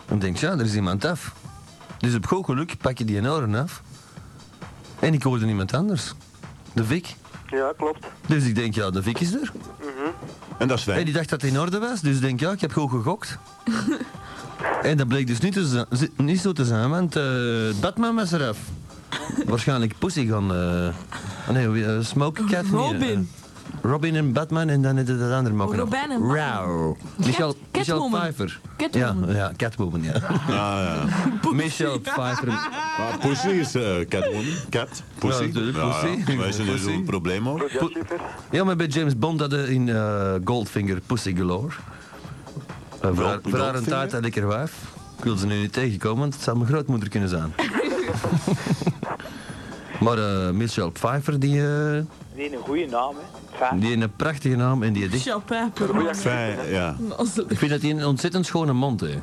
[SPEAKER 2] Dan denk je, ja, er is iemand af. Dus op goed geluk pak je die oren af. En ik hoorde iemand anders. De Vic.
[SPEAKER 9] Ja, klopt.
[SPEAKER 2] Dus ik denk, ja, de Vic is er. En dat is wij. En die dacht dat het in orde was, dus ik denk, ja, ik heb gewoon gegokt. en dat bleek dus niet, te za- zi- niet zo te zijn, want eh, Batman was eraf. Waarschijnlijk Pussy gaan... eh, ah nee, wie, eh, Smoke Cat. nee, eh,
[SPEAKER 3] Robin.
[SPEAKER 2] Robin en Batman en dan hadden dat andere mokken. nog.
[SPEAKER 3] Robin en Batman.
[SPEAKER 2] Rauw. Michel, Michel
[SPEAKER 3] Catwoman.
[SPEAKER 2] Pfeiffer.
[SPEAKER 3] Catwoman.
[SPEAKER 2] Ja, ja, Catwoman, ja.
[SPEAKER 11] Ah,
[SPEAKER 2] ja. Michel Pfeiffer.
[SPEAKER 11] Maar pussy is eh, catwoman. Cat. Pussy. Nou,
[SPEAKER 2] Ja, natuurlijk, pussy.
[SPEAKER 11] Wij zijn er zo'n probleem over.
[SPEAKER 2] Ja, maar bij James Bond hadden in eh, Goldfinger Pussy Galore. Eh, voor, haar, voor haar een
[SPEAKER 11] Goldfinger?
[SPEAKER 2] taart en lekker wijf. Ik wil ze nu niet tegenkomen, want het zou mijn grootmoeder kunnen *laughs* zijn. maar eh, Michelle Pfeiffer, die, eh,
[SPEAKER 8] Nee, een goede naam, hè. Fijn.
[SPEAKER 2] die heeft een prachtige naam en die heeft echt...
[SPEAKER 3] Michel Pijper.
[SPEAKER 2] Fijn, ja.
[SPEAKER 3] Als-
[SPEAKER 2] Ik vind dat hij een ontzettend schone mond heeft.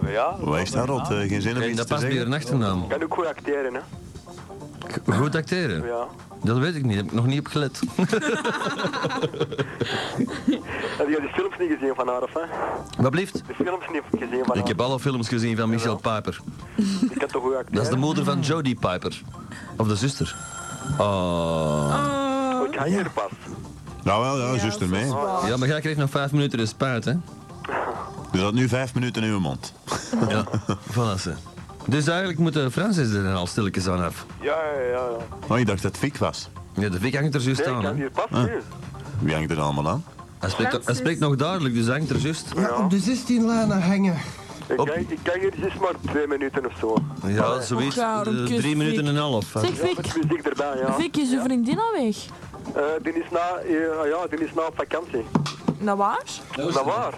[SPEAKER 8] Maar ja,
[SPEAKER 2] Waar is dat
[SPEAKER 11] eh,
[SPEAKER 2] rot? Geen zin om iets dat past bij haar achternaam.
[SPEAKER 9] Kan ook goed acteren, hè?
[SPEAKER 2] Goed acteren?
[SPEAKER 9] Ja.
[SPEAKER 2] Dat weet ik niet, daar heb ik nog niet op gelet.
[SPEAKER 9] Heb je die films niet gezien van haar, of hè?
[SPEAKER 2] *laughs* Wat blieft?
[SPEAKER 9] De films niet gezien van
[SPEAKER 2] Ik
[SPEAKER 9] haar.
[SPEAKER 2] heb alle films gezien van Michelle Piper.
[SPEAKER 9] Ik kan toch goed acteren?
[SPEAKER 2] Dat is de moeder van Jodie Piper. Of de zuster. Oh.
[SPEAKER 9] Ik hang hier pas.
[SPEAKER 11] Nou wel, ja, zuster mee.
[SPEAKER 2] Ja, maar jij krijgt nog vijf minuten de spuit, hè?
[SPEAKER 11] Je zat nu vijf minuten in uw mond.
[SPEAKER 2] Ja, voilà ze. Dus eigenlijk moet eh, Francis er dan al stilletjes aan af.
[SPEAKER 9] Ja, ja, ja. ja.
[SPEAKER 11] Oh, je dacht dat het fik was.
[SPEAKER 2] Ja, de vik hangt er juist
[SPEAKER 9] Nee, ik
[SPEAKER 2] aan,
[SPEAKER 9] kan
[SPEAKER 2] hè?
[SPEAKER 9] hier pas
[SPEAKER 2] Ah.
[SPEAKER 9] nu.
[SPEAKER 11] Wie hangt er allemaal aan? *laughs*
[SPEAKER 2] Hij spreekt, hij spreekt nog duidelijk, dus hij hangt er juist.
[SPEAKER 5] Ja, op de 16 lanen hangen.
[SPEAKER 9] Ik kijk, ik kijk er is maar twee minuten of zo.
[SPEAKER 2] Ja, zoiets.
[SPEAKER 3] Oh, Ook daar een
[SPEAKER 2] eh,
[SPEAKER 3] kus,
[SPEAKER 2] drie minuten en een half. hè.
[SPEAKER 3] Zeg, Vic.
[SPEAKER 9] Met muziek erbij, ja.
[SPEAKER 3] Vic, is uw vriendin al weg?
[SPEAKER 9] Eh, die is na, eh, ja, die is na op vakantie.
[SPEAKER 3] Nou waar?
[SPEAKER 9] Dat waar.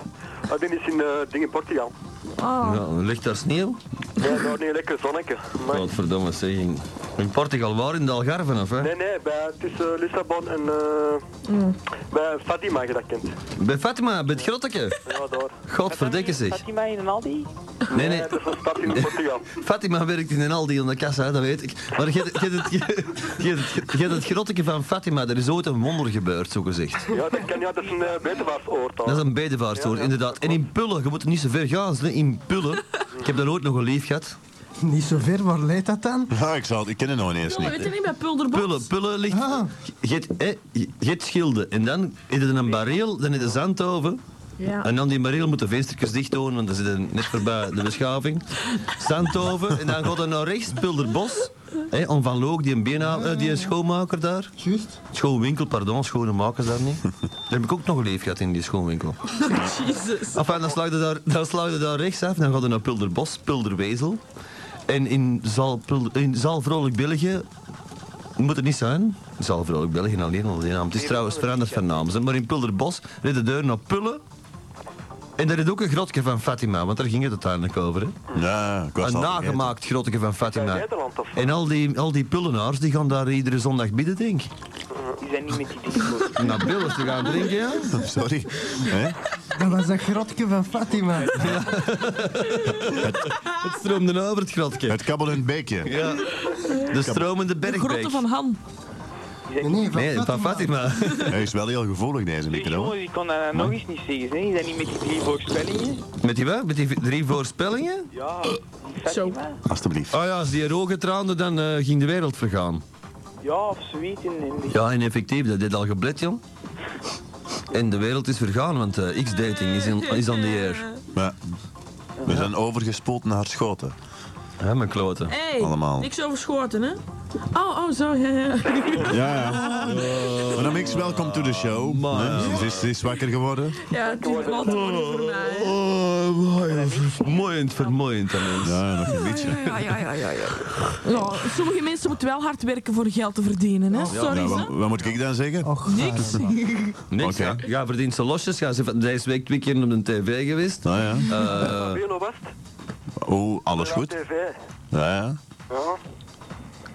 [SPEAKER 9] Ah, die is in eh ding in Portugal.
[SPEAKER 3] Ah.
[SPEAKER 2] Ja, ligt daar sneeuw?
[SPEAKER 9] Ja, daar niet lekker zonnetje.
[SPEAKER 2] Godverdomme zeg. in- In Portugal, waar? In de Algarve of hè?
[SPEAKER 9] Nee, nee, bij, tussen Lissabon en eh, bij Fatima, je dat kent.
[SPEAKER 2] Bij Fatima, bij het grotteke.
[SPEAKER 9] Ja, daar.
[SPEAKER 2] Godverdikke zich.
[SPEAKER 12] Fatima in een Aldi?
[SPEAKER 2] Nee, nee.
[SPEAKER 9] Dat is een stad in Portugal.
[SPEAKER 2] Fatima werkt in een Aldi aan de kassa, hè, dat weet ik. Maar je hebt het, je hebt het, je hebt het grotteke van Fatima, er is ooit een wonder gebeurd, zo gezegd.
[SPEAKER 9] Ja, dat kan, ja, dat is een uh, bedevaartsoord.
[SPEAKER 2] Dat is een bedevaartsoord, inderdaad. En in Pullen, je moet er niet zo ver gaan, hè, in Pullen. Ik heb daar ooit nog een lief gehad.
[SPEAKER 5] Niet zo ver, waar leidt dat aan?
[SPEAKER 11] Ja, Nou, ik, zal, ik ken het nog ineens
[SPEAKER 3] Weet je
[SPEAKER 11] niet.
[SPEAKER 3] niet, bij Pulderbos?
[SPEAKER 2] Pullen, Pullen ligt... Je hebt, hè, je hebt schilden en dan is er een bareel, dan is er zandhoven.
[SPEAKER 3] Ja.
[SPEAKER 2] En dan die bareel moet de venstertjes dicht doen, want dan zitten net voorbij de beschaving. Zandhoven, en dan gaat er naar rechts, Pulderbos. Hè, om Van Loog, die, een beenha- eh, die schoonmaker daar.
[SPEAKER 5] Juist.
[SPEAKER 2] Schoonwinkel, pardon, schone makers daar niet. Daar heb ik ook nog geleefd gehad in die schoonwinkel.
[SPEAKER 3] Jezus.
[SPEAKER 2] Enfin, dan slaagde daar, dan slaag je daar rechts af, dan gaat je naar Pulderbos, Pulderwezel. En in Zaal, Pulder, in Zaal Vrolijk België moet het niet zijn. Zaal Vrolijk België alleen al die naam. Het is trouwens veranderd van naam. hè. Maar in Pulderbos reed de deur naar Pullen. En daar is ook een grotje van Fatima, want daar ging het uiteindelijk over. Hè?
[SPEAKER 11] Ja, ik was
[SPEAKER 2] Een
[SPEAKER 11] al vergeten.
[SPEAKER 2] nagemaakt grotje van Fatima.
[SPEAKER 9] Nederland of
[SPEAKER 2] En al die, al die pullenaars die gaan daar iedere zondag bidden, denk ik.
[SPEAKER 9] Die zijn niet met die dingen.
[SPEAKER 2] Naar pillen te gaan drinken, ja?
[SPEAKER 11] *laughs* Sorry. Hè?
[SPEAKER 5] Dat was dat grotje van Fatima.
[SPEAKER 2] Het stroomde over het grotje.
[SPEAKER 11] Het kabbelend beekje.
[SPEAKER 2] Ja. De stromende
[SPEAKER 3] De
[SPEAKER 2] bergbeek.
[SPEAKER 3] grotten van Han.
[SPEAKER 5] Nee, van
[SPEAKER 2] Nee, van Fatima.
[SPEAKER 11] Hij is wel heel gevoelig, deze micro.
[SPEAKER 12] Jongens, ik kan dat nog eens niet zeggen. Hè. Is dat niet met die drie voorspellingen?
[SPEAKER 2] Met die wat? Met die v- drie voorspellingen?
[SPEAKER 12] Ja, die Fatima.
[SPEAKER 11] Alsjeblieft.
[SPEAKER 2] Ah ja, als die rogen traande, dan eh, ging de wereld vergaan.
[SPEAKER 12] Ja, of zoiets. En, en die...
[SPEAKER 2] Ja, en effectief, dat deed al geblet, jong. En de wereld is vergaan, want eh, X-dating is, in- is on the air.
[SPEAKER 3] Eh.
[SPEAKER 11] Maar we zijn overgespoeld naar schoten.
[SPEAKER 2] Ja, mijn kloten.
[SPEAKER 3] Hey,
[SPEAKER 11] Allemaal.
[SPEAKER 3] niks overschoten, hè? Oh, oh, zo, ja, ja.
[SPEAKER 11] Ja, ja. Madame Mix, welkom to the show. Hè, Ze is, ze is wakker geworden.
[SPEAKER 3] Ja, het is wel te worden voor mij. hè.
[SPEAKER 2] Oh, vermoeiend, vermoeiend.
[SPEAKER 11] Ja, nog een beetje.
[SPEAKER 3] Ja, ja, ja, ja, ja. Ja, sommige mensen moeten wel hard werken voor geld te verdienen, hè? Sorry,
[SPEAKER 11] Ja,
[SPEAKER 3] hè?
[SPEAKER 11] wat, wat moet ik dan zeggen?
[SPEAKER 3] Niks.
[SPEAKER 2] Niks,
[SPEAKER 11] Oké.
[SPEAKER 2] ja. ja, verdient ze losjes. Ja, ze heeft deze week twee keer op de tv geweest.
[SPEAKER 11] Nou ja.
[SPEAKER 2] Eh,
[SPEAKER 9] Velo West,
[SPEAKER 11] Oh, alles
[SPEAKER 9] Velo
[SPEAKER 11] goed?
[SPEAKER 9] TV.
[SPEAKER 11] Ja, ja.
[SPEAKER 9] Ja.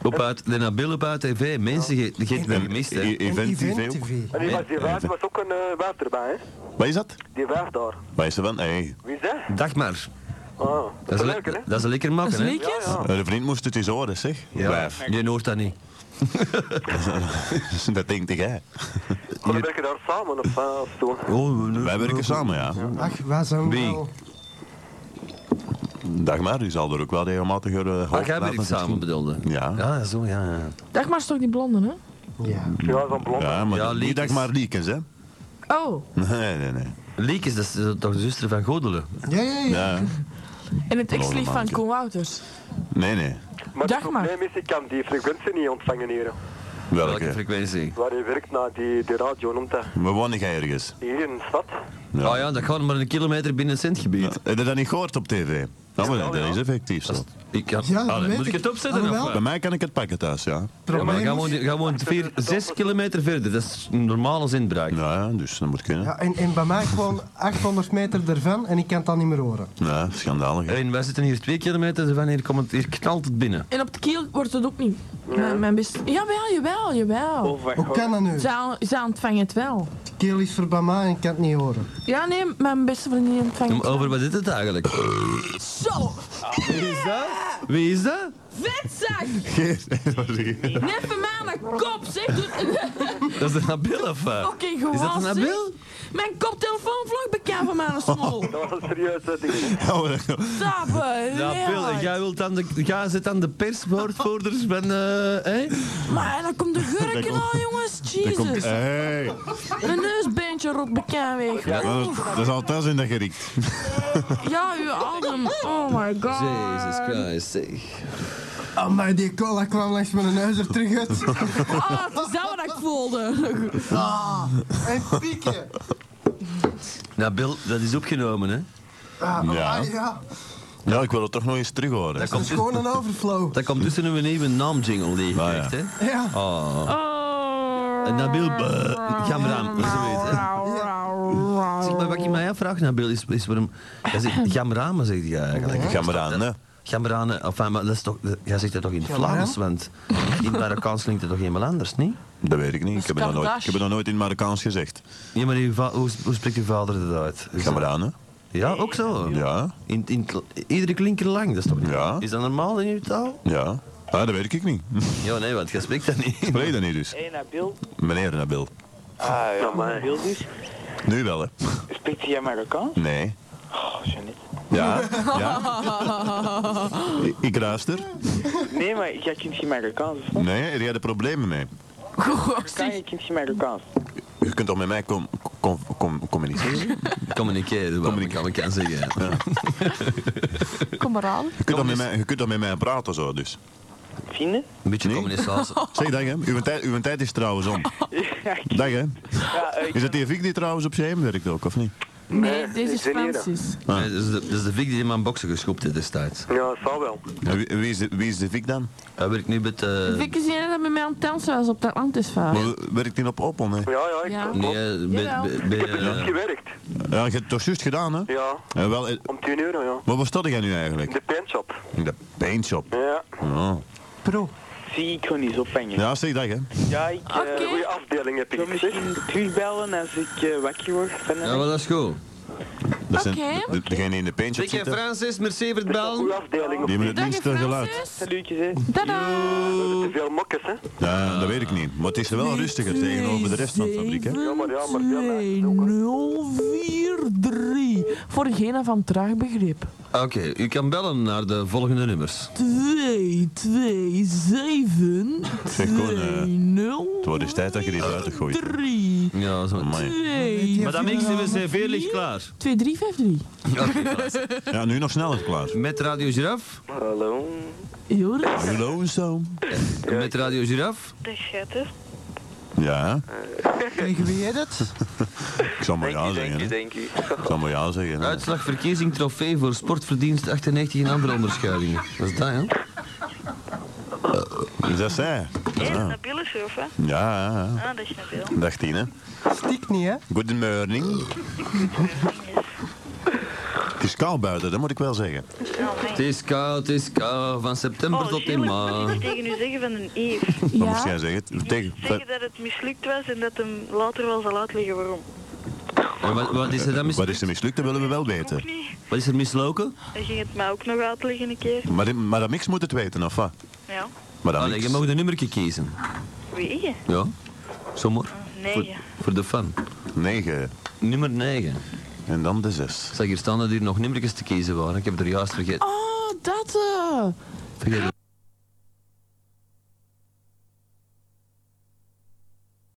[SPEAKER 2] op uit, de Nabil op uit tv. Mensen, je je hebt weer gemist, hè.
[SPEAKER 11] E- Event TV ook.
[SPEAKER 5] TV.
[SPEAKER 9] En die, was, die waard was ook een eh, waard erbij, hè?
[SPEAKER 11] Wat is dat?
[SPEAKER 9] Die waard daar.
[SPEAKER 11] Wat is er van? Hey.
[SPEAKER 9] Wie is dat?
[SPEAKER 2] Dag maar.
[SPEAKER 9] Ah, dat
[SPEAKER 2] Dat
[SPEAKER 9] is
[SPEAKER 2] is,
[SPEAKER 9] leuk, hè?
[SPEAKER 2] le- dat is een lekker maken, hè.
[SPEAKER 3] Zeker?
[SPEAKER 11] eh, De vriend moest het eens horen, zeg.
[SPEAKER 2] Ja,
[SPEAKER 11] Wijf.
[SPEAKER 2] je hoort dat niet.
[SPEAKER 11] *laughs* Dat denk ik, hè.
[SPEAKER 9] Jullie werken daar samen of, eh, of zo?
[SPEAKER 2] Oh, nee.
[SPEAKER 11] Wij werken samen, ja.
[SPEAKER 5] Ach, waar zou
[SPEAKER 2] Wie?
[SPEAKER 5] wel...
[SPEAKER 11] Dag maar, u zal er ook wel regelmatig eh, hoofd
[SPEAKER 2] Ah, jij
[SPEAKER 11] laten
[SPEAKER 2] werkt samen,
[SPEAKER 11] zien.
[SPEAKER 2] bedoelde.
[SPEAKER 11] Ja.
[SPEAKER 2] Ja, zo, ja, ja.
[SPEAKER 3] Dag maar, is toch die blonde, hè?
[SPEAKER 5] Ja.
[SPEAKER 9] Ja, zo'n blond.
[SPEAKER 11] Ja, maar
[SPEAKER 2] Ja,
[SPEAKER 11] niet
[SPEAKER 2] Liekes.
[SPEAKER 11] dag maar Liekens, hè.
[SPEAKER 3] Oh,
[SPEAKER 11] Nee, nee, nee.
[SPEAKER 2] Leek is, dat is, eh, toch de zuster van Godelen?
[SPEAKER 5] Ja, ja, ja.
[SPEAKER 11] Ja.
[SPEAKER 3] en het
[SPEAKER 11] Blonde
[SPEAKER 3] ex-lief van
[SPEAKER 11] manneke.
[SPEAKER 3] Koen Wouters.
[SPEAKER 11] Nee, nee.
[SPEAKER 9] Maar
[SPEAKER 3] Dag
[SPEAKER 9] het probleem is, ik kan die frequentie niet ontvangen hier.
[SPEAKER 2] Welke
[SPEAKER 11] Welke?
[SPEAKER 2] frequentie?
[SPEAKER 9] Waar je werkt, naar die, die radio noemt dat.
[SPEAKER 11] We wonen jij ergens.
[SPEAKER 9] Hier in de stad.
[SPEAKER 2] Ah ja, dat gaat maar een kilometer binnen het centgebied.
[SPEAKER 11] Heb je dat niet gehoord op tv? Ja, maar dat is effectief zo.
[SPEAKER 2] Ik had,
[SPEAKER 5] Ja,
[SPEAKER 2] Ah,
[SPEAKER 5] dat
[SPEAKER 2] dan
[SPEAKER 5] weet
[SPEAKER 2] moet ik
[SPEAKER 5] ik.
[SPEAKER 2] het opzetten
[SPEAKER 5] Ah, wel.
[SPEAKER 2] of
[SPEAKER 11] Bij
[SPEAKER 2] wat?
[SPEAKER 11] mij kan ik het pakken thuis, ja.
[SPEAKER 2] Ja, maar
[SPEAKER 5] Probleem
[SPEAKER 2] jij
[SPEAKER 5] is-
[SPEAKER 2] woont, jij woont vier, zes kilometer verder, dat is een normale zinbraak.
[SPEAKER 11] Ja, ja, dus dat moet kunnen.
[SPEAKER 5] Ja, en, en bij mij gewoon 800 meter ervan en ik kan het dan niet meer horen.
[SPEAKER 11] Ja, schandalig. hè.
[SPEAKER 2] En wij zitten hier twee kilometer van hier, komt het, hier knalt het binnen.
[SPEAKER 3] En op de kiel wordt het ook niet. Mijn, mijn best... Jawel, jawel,
[SPEAKER 2] Oh.
[SPEAKER 3] jawel.
[SPEAKER 12] Of,
[SPEAKER 5] Hoe kan dat nu?
[SPEAKER 3] Ze, ze ontvangen het wel.
[SPEAKER 5] Keel is voor bij mij en ik kan het niet horen.
[SPEAKER 3] Ja, nee, mijn beste vriendin ontvangt het wel.
[SPEAKER 2] Over wat is het eigenlijk?
[SPEAKER 3] Zo!
[SPEAKER 2] Wie is dat? Wie is dat?
[SPEAKER 3] Vetzak!
[SPEAKER 11] *laughs*
[SPEAKER 3] Net van mij aan de kop, zeg! Doe- *laughs*
[SPEAKER 2] Dat is de Nabil of wat?
[SPEAKER 3] Fucking gewoon,
[SPEAKER 2] Is dat een
[SPEAKER 3] zeg.
[SPEAKER 2] Nabil?
[SPEAKER 3] Mijn koptelefoon vloog bekend van mij aan de
[SPEAKER 2] *laughs*
[SPEAKER 3] smol.
[SPEAKER 9] Dat was een serieuze ding.
[SPEAKER 3] Stappen,
[SPEAKER 2] Nabil, en
[SPEAKER 3] ja.
[SPEAKER 2] jij, wilt aan de, jij zit aan de perswoordvoerders van... eh, hè?
[SPEAKER 3] Maar dan Ah, komt de gurken al, jongens.
[SPEAKER 11] Komt, *laughs*
[SPEAKER 3] Jesus.
[SPEAKER 11] hey,
[SPEAKER 3] Mijn neusbeentje rolt bekend weg.
[SPEAKER 11] dat, is- dat is altijd in dat gerikt.
[SPEAKER 3] Ja, uw album. Oh my god.
[SPEAKER 2] Jezus
[SPEAKER 3] Ah.
[SPEAKER 2] Christ, zeg.
[SPEAKER 5] Amai, die cola kwam langs mijn neus er terug uit.
[SPEAKER 3] Oh, het is dat wat ik voelde.
[SPEAKER 5] Ah, en pieken.
[SPEAKER 2] Nabil, dat is opgenomen, hè?
[SPEAKER 5] Ah,
[SPEAKER 11] Ja.
[SPEAKER 5] ah, ja.
[SPEAKER 11] Ja, ik wil het toch nog eens terug horen.
[SPEAKER 5] Dat is gewoon een overflow.
[SPEAKER 2] Dat komt dus in een nieuwe naamjingle die je
[SPEAKER 11] Ah,
[SPEAKER 2] krijgt,
[SPEAKER 11] ja.
[SPEAKER 2] hè?
[SPEAKER 5] Ja.
[SPEAKER 2] Oh.
[SPEAKER 3] Oh.
[SPEAKER 2] En Nabil, bah, Gamram, zo
[SPEAKER 3] nou,
[SPEAKER 2] weet hè. Zeg, maar wat ik mij afvraag, Nabil, is, is waarom... Jij zegt Gamrama, zegt jij eigenlijk. Gamrane. Gamrane, enfin, maar dat is toch, dat- jij zegt dat toch in het
[SPEAKER 11] Gamram?
[SPEAKER 2] Vlaams, want in Marokkaans klinkt het toch helemaal anders, niet?
[SPEAKER 11] Dat weet ik niet. Ik heb, het nog nooit, ik heb het nog nooit in Marokkaans gezegd.
[SPEAKER 2] Ja, maar uw va- hoe, hoe spreekt uw vader dat uit?
[SPEAKER 11] Gamrane.
[SPEAKER 2] Ja, ook zo?
[SPEAKER 11] Ja.
[SPEAKER 2] In, in, iedere klinker lang, dat is toch niet?
[SPEAKER 11] Ja.
[SPEAKER 2] Is dat normaal in uw taal?
[SPEAKER 11] Ja. Ah, dat weet ik niet. *laughs*
[SPEAKER 2] Ja, nee, want jij spreekt dat niet. *laughs*
[SPEAKER 11] Spreek dat niet dus.
[SPEAKER 12] Hé, Nabil.
[SPEAKER 11] Meneer Nabil.
[SPEAKER 12] Ah, ja. Nabil dus.
[SPEAKER 11] Nu wel, hè?
[SPEAKER 12] Spreekt hij Marokkaans?
[SPEAKER 11] Nee.
[SPEAKER 12] Oh, Janet.
[SPEAKER 11] Ja. ja. Ik, ik luister.
[SPEAKER 12] nee, maar jij kunt geen Marokkaans, of niet?
[SPEAKER 11] Nee, heb jij er problemen mee?
[SPEAKER 12] Kan je kunt geen Marokkaans?
[SPEAKER 11] Je kunt toch met mij com com com communiceren?
[SPEAKER 2] Communiceren, wat ik kan- kan zeggen.
[SPEAKER 3] Kom maar aan.
[SPEAKER 11] Je kunt, toch met mij, je kunt toch met mij praten zo dus.
[SPEAKER 12] Vinden?
[SPEAKER 2] Een beetje *laughs* communicatie.
[SPEAKER 11] Zeg dag hè, uw tijd, uw tijd is trouwens
[SPEAKER 9] *laughs*
[SPEAKER 11] om. Dag hè. Is dat die Vic die trouwens op zijn heen werkt ook of niet?
[SPEAKER 3] Nee,
[SPEAKER 9] Eh,
[SPEAKER 3] deze is Francis.
[SPEAKER 2] Nee, dat, is de, dat is de Vic die in mijn boksen geschopt heeft destijds.
[SPEAKER 9] Ja, dat zal wel.
[SPEAKER 11] En Wie, wie, is de, wie is de Vic dan?
[SPEAKER 2] Hij werkt nu met... eh,
[SPEAKER 3] Vicky is hier dat bij mij aan het dansen was op de Atlantisvaart.
[SPEAKER 11] Maar werkt hij op Opel hè?
[SPEAKER 9] Ja, ja, ik
[SPEAKER 3] Ja.
[SPEAKER 2] Nee, eh,
[SPEAKER 3] Jawel.
[SPEAKER 2] bij- bij- bij, eh,
[SPEAKER 9] gewerkt.
[SPEAKER 11] Ja, je hebt het toch juist gedaan hè?
[SPEAKER 9] Ja,
[SPEAKER 11] En wel, eh,
[SPEAKER 9] om 10 euro, ja.
[SPEAKER 11] maar waar stond jij nu eigenlijk?
[SPEAKER 9] De paintshop.
[SPEAKER 11] In de paintshop.
[SPEAKER 9] Ja.
[SPEAKER 11] Oh.
[SPEAKER 12] Pro. Zie, ik gewoon niet ophangen.
[SPEAKER 11] Ja, zeg dag hè.
[SPEAKER 12] Ja, ik eh,
[SPEAKER 9] Een goede afdeling heb
[SPEAKER 12] wil
[SPEAKER 9] ik
[SPEAKER 12] misschien
[SPEAKER 9] gezegd.
[SPEAKER 12] terugbellen als ik eh, wakker word van de
[SPEAKER 2] Ja, maar dat is goed.
[SPEAKER 11] Dat zijn
[SPEAKER 3] Oké.
[SPEAKER 11] de- degene die in de paintshop
[SPEAKER 2] Vicky en
[SPEAKER 11] zitten.
[SPEAKER 2] Francis, merci voor het
[SPEAKER 9] Een
[SPEAKER 2] bellen.
[SPEAKER 9] goede afdeling.
[SPEAKER 11] Die
[SPEAKER 9] of niet?
[SPEAKER 11] met het minste geluid.
[SPEAKER 3] Francis.
[SPEAKER 12] Saluutjes, hè.
[SPEAKER 3] Tada!
[SPEAKER 9] Te veel mokkes, hè?
[SPEAKER 11] Ja, dat weet ik niet. Maar het is wel rustiger tegenover de rest van de fabriek hè.
[SPEAKER 9] Ja, maar ja, maar ja, maar-
[SPEAKER 3] 2043. Voor degene van traag begrip.
[SPEAKER 2] Ah, Oké, u kan bellen naar de volgende nummers.
[SPEAKER 3] 227
[SPEAKER 11] Zeg gewoon, eh,
[SPEAKER 3] 20
[SPEAKER 11] het wordt eens tijd dat je dit uitgooit.
[SPEAKER 3] 3
[SPEAKER 2] Ja, zo.
[SPEAKER 11] Amai.
[SPEAKER 3] 2
[SPEAKER 2] Madame X, we zijn veer ligt klaar.
[SPEAKER 3] 2353.
[SPEAKER 11] Ja, nu nog sneller klaar.
[SPEAKER 2] Met Radio Giraf.
[SPEAKER 6] Hallo.
[SPEAKER 3] Joris?
[SPEAKER 11] Hallo zo.
[SPEAKER 2] Met Radio Giraf.
[SPEAKER 7] De schatter.
[SPEAKER 11] Ja,
[SPEAKER 5] Tegen wie heet het?
[SPEAKER 11] ik zal maar ja zeggen.
[SPEAKER 6] Dank u,
[SPEAKER 11] hè.
[SPEAKER 6] dank u.
[SPEAKER 11] Ik zal maar ja zeggen. hè.
[SPEAKER 2] Uitslag verkiezing trofee voor sportverdienst 98 en andere onderscheidingen. Dat is dat, hè?
[SPEAKER 11] Dus dat is zij.
[SPEAKER 7] Eerst Nabil is surf, hè?
[SPEAKER 11] Ja, ja, ja.
[SPEAKER 7] Ah, dat is Nabil.
[SPEAKER 11] Dag tien, hè.
[SPEAKER 5] Stiek niet, hè?
[SPEAKER 11] Good morning. Het is koud buiten, dat moet ik wel zeggen.
[SPEAKER 7] Oh,
[SPEAKER 2] Het
[SPEAKER 7] mijn.
[SPEAKER 2] is koud, het is koud, van september
[SPEAKER 7] Oh,
[SPEAKER 2] tot
[SPEAKER 7] Gilles,
[SPEAKER 2] in
[SPEAKER 7] ik moet
[SPEAKER 2] maart.
[SPEAKER 7] iets tegen u zeggen van een Eve.
[SPEAKER 11] Wat moest
[SPEAKER 3] Ja,
[SPEAKER 11] jij zeggen? Tegen,
[SPEAKER 7] Zeggen dat het mislukt was en dat hem later wel zal uitleggen waarom.
[SPEAKER 2] En wat, wat is er dan mis,
[SPEAKER 11] wat is er mislukt, dat willen we wel weten.
[SPEAKER 7] Nee,
[SPEAKER 2] wat is er mislopen?
[SPEAKER 7] hij ging het mij ook nog uitleggen een keer.
[SPEAKER 11] Maar die- Madame X moet het weten, of wat?
[SPEAKER 7] Ja.
[SPEAKER 11] Madame
[SPEAKER 2] Allee,
[SPEAKER 11] X.
[SPEAKER 2] Ah, je mag een nummertje kiezen.
[SPEAKER 7] Wie?
[SPEAKER 2] Ja, zomaar. Voor,
[SPEAKER 7] Negen.
[SPEAKER 2] voor de fan.
[SPEAKER 11] Negen.
[SPEAKER 2] Nummer 9.
[SPEAKER 11] En dan de zes.
[SPEAKER 2] Ik zag hier staan dat hier nog nummertjes te kiezen waren. Ik heb er juist vergeten.
[SPEAKER 3] oh, Ah, dat. eh.
[SPEAKER 2] Vergeet het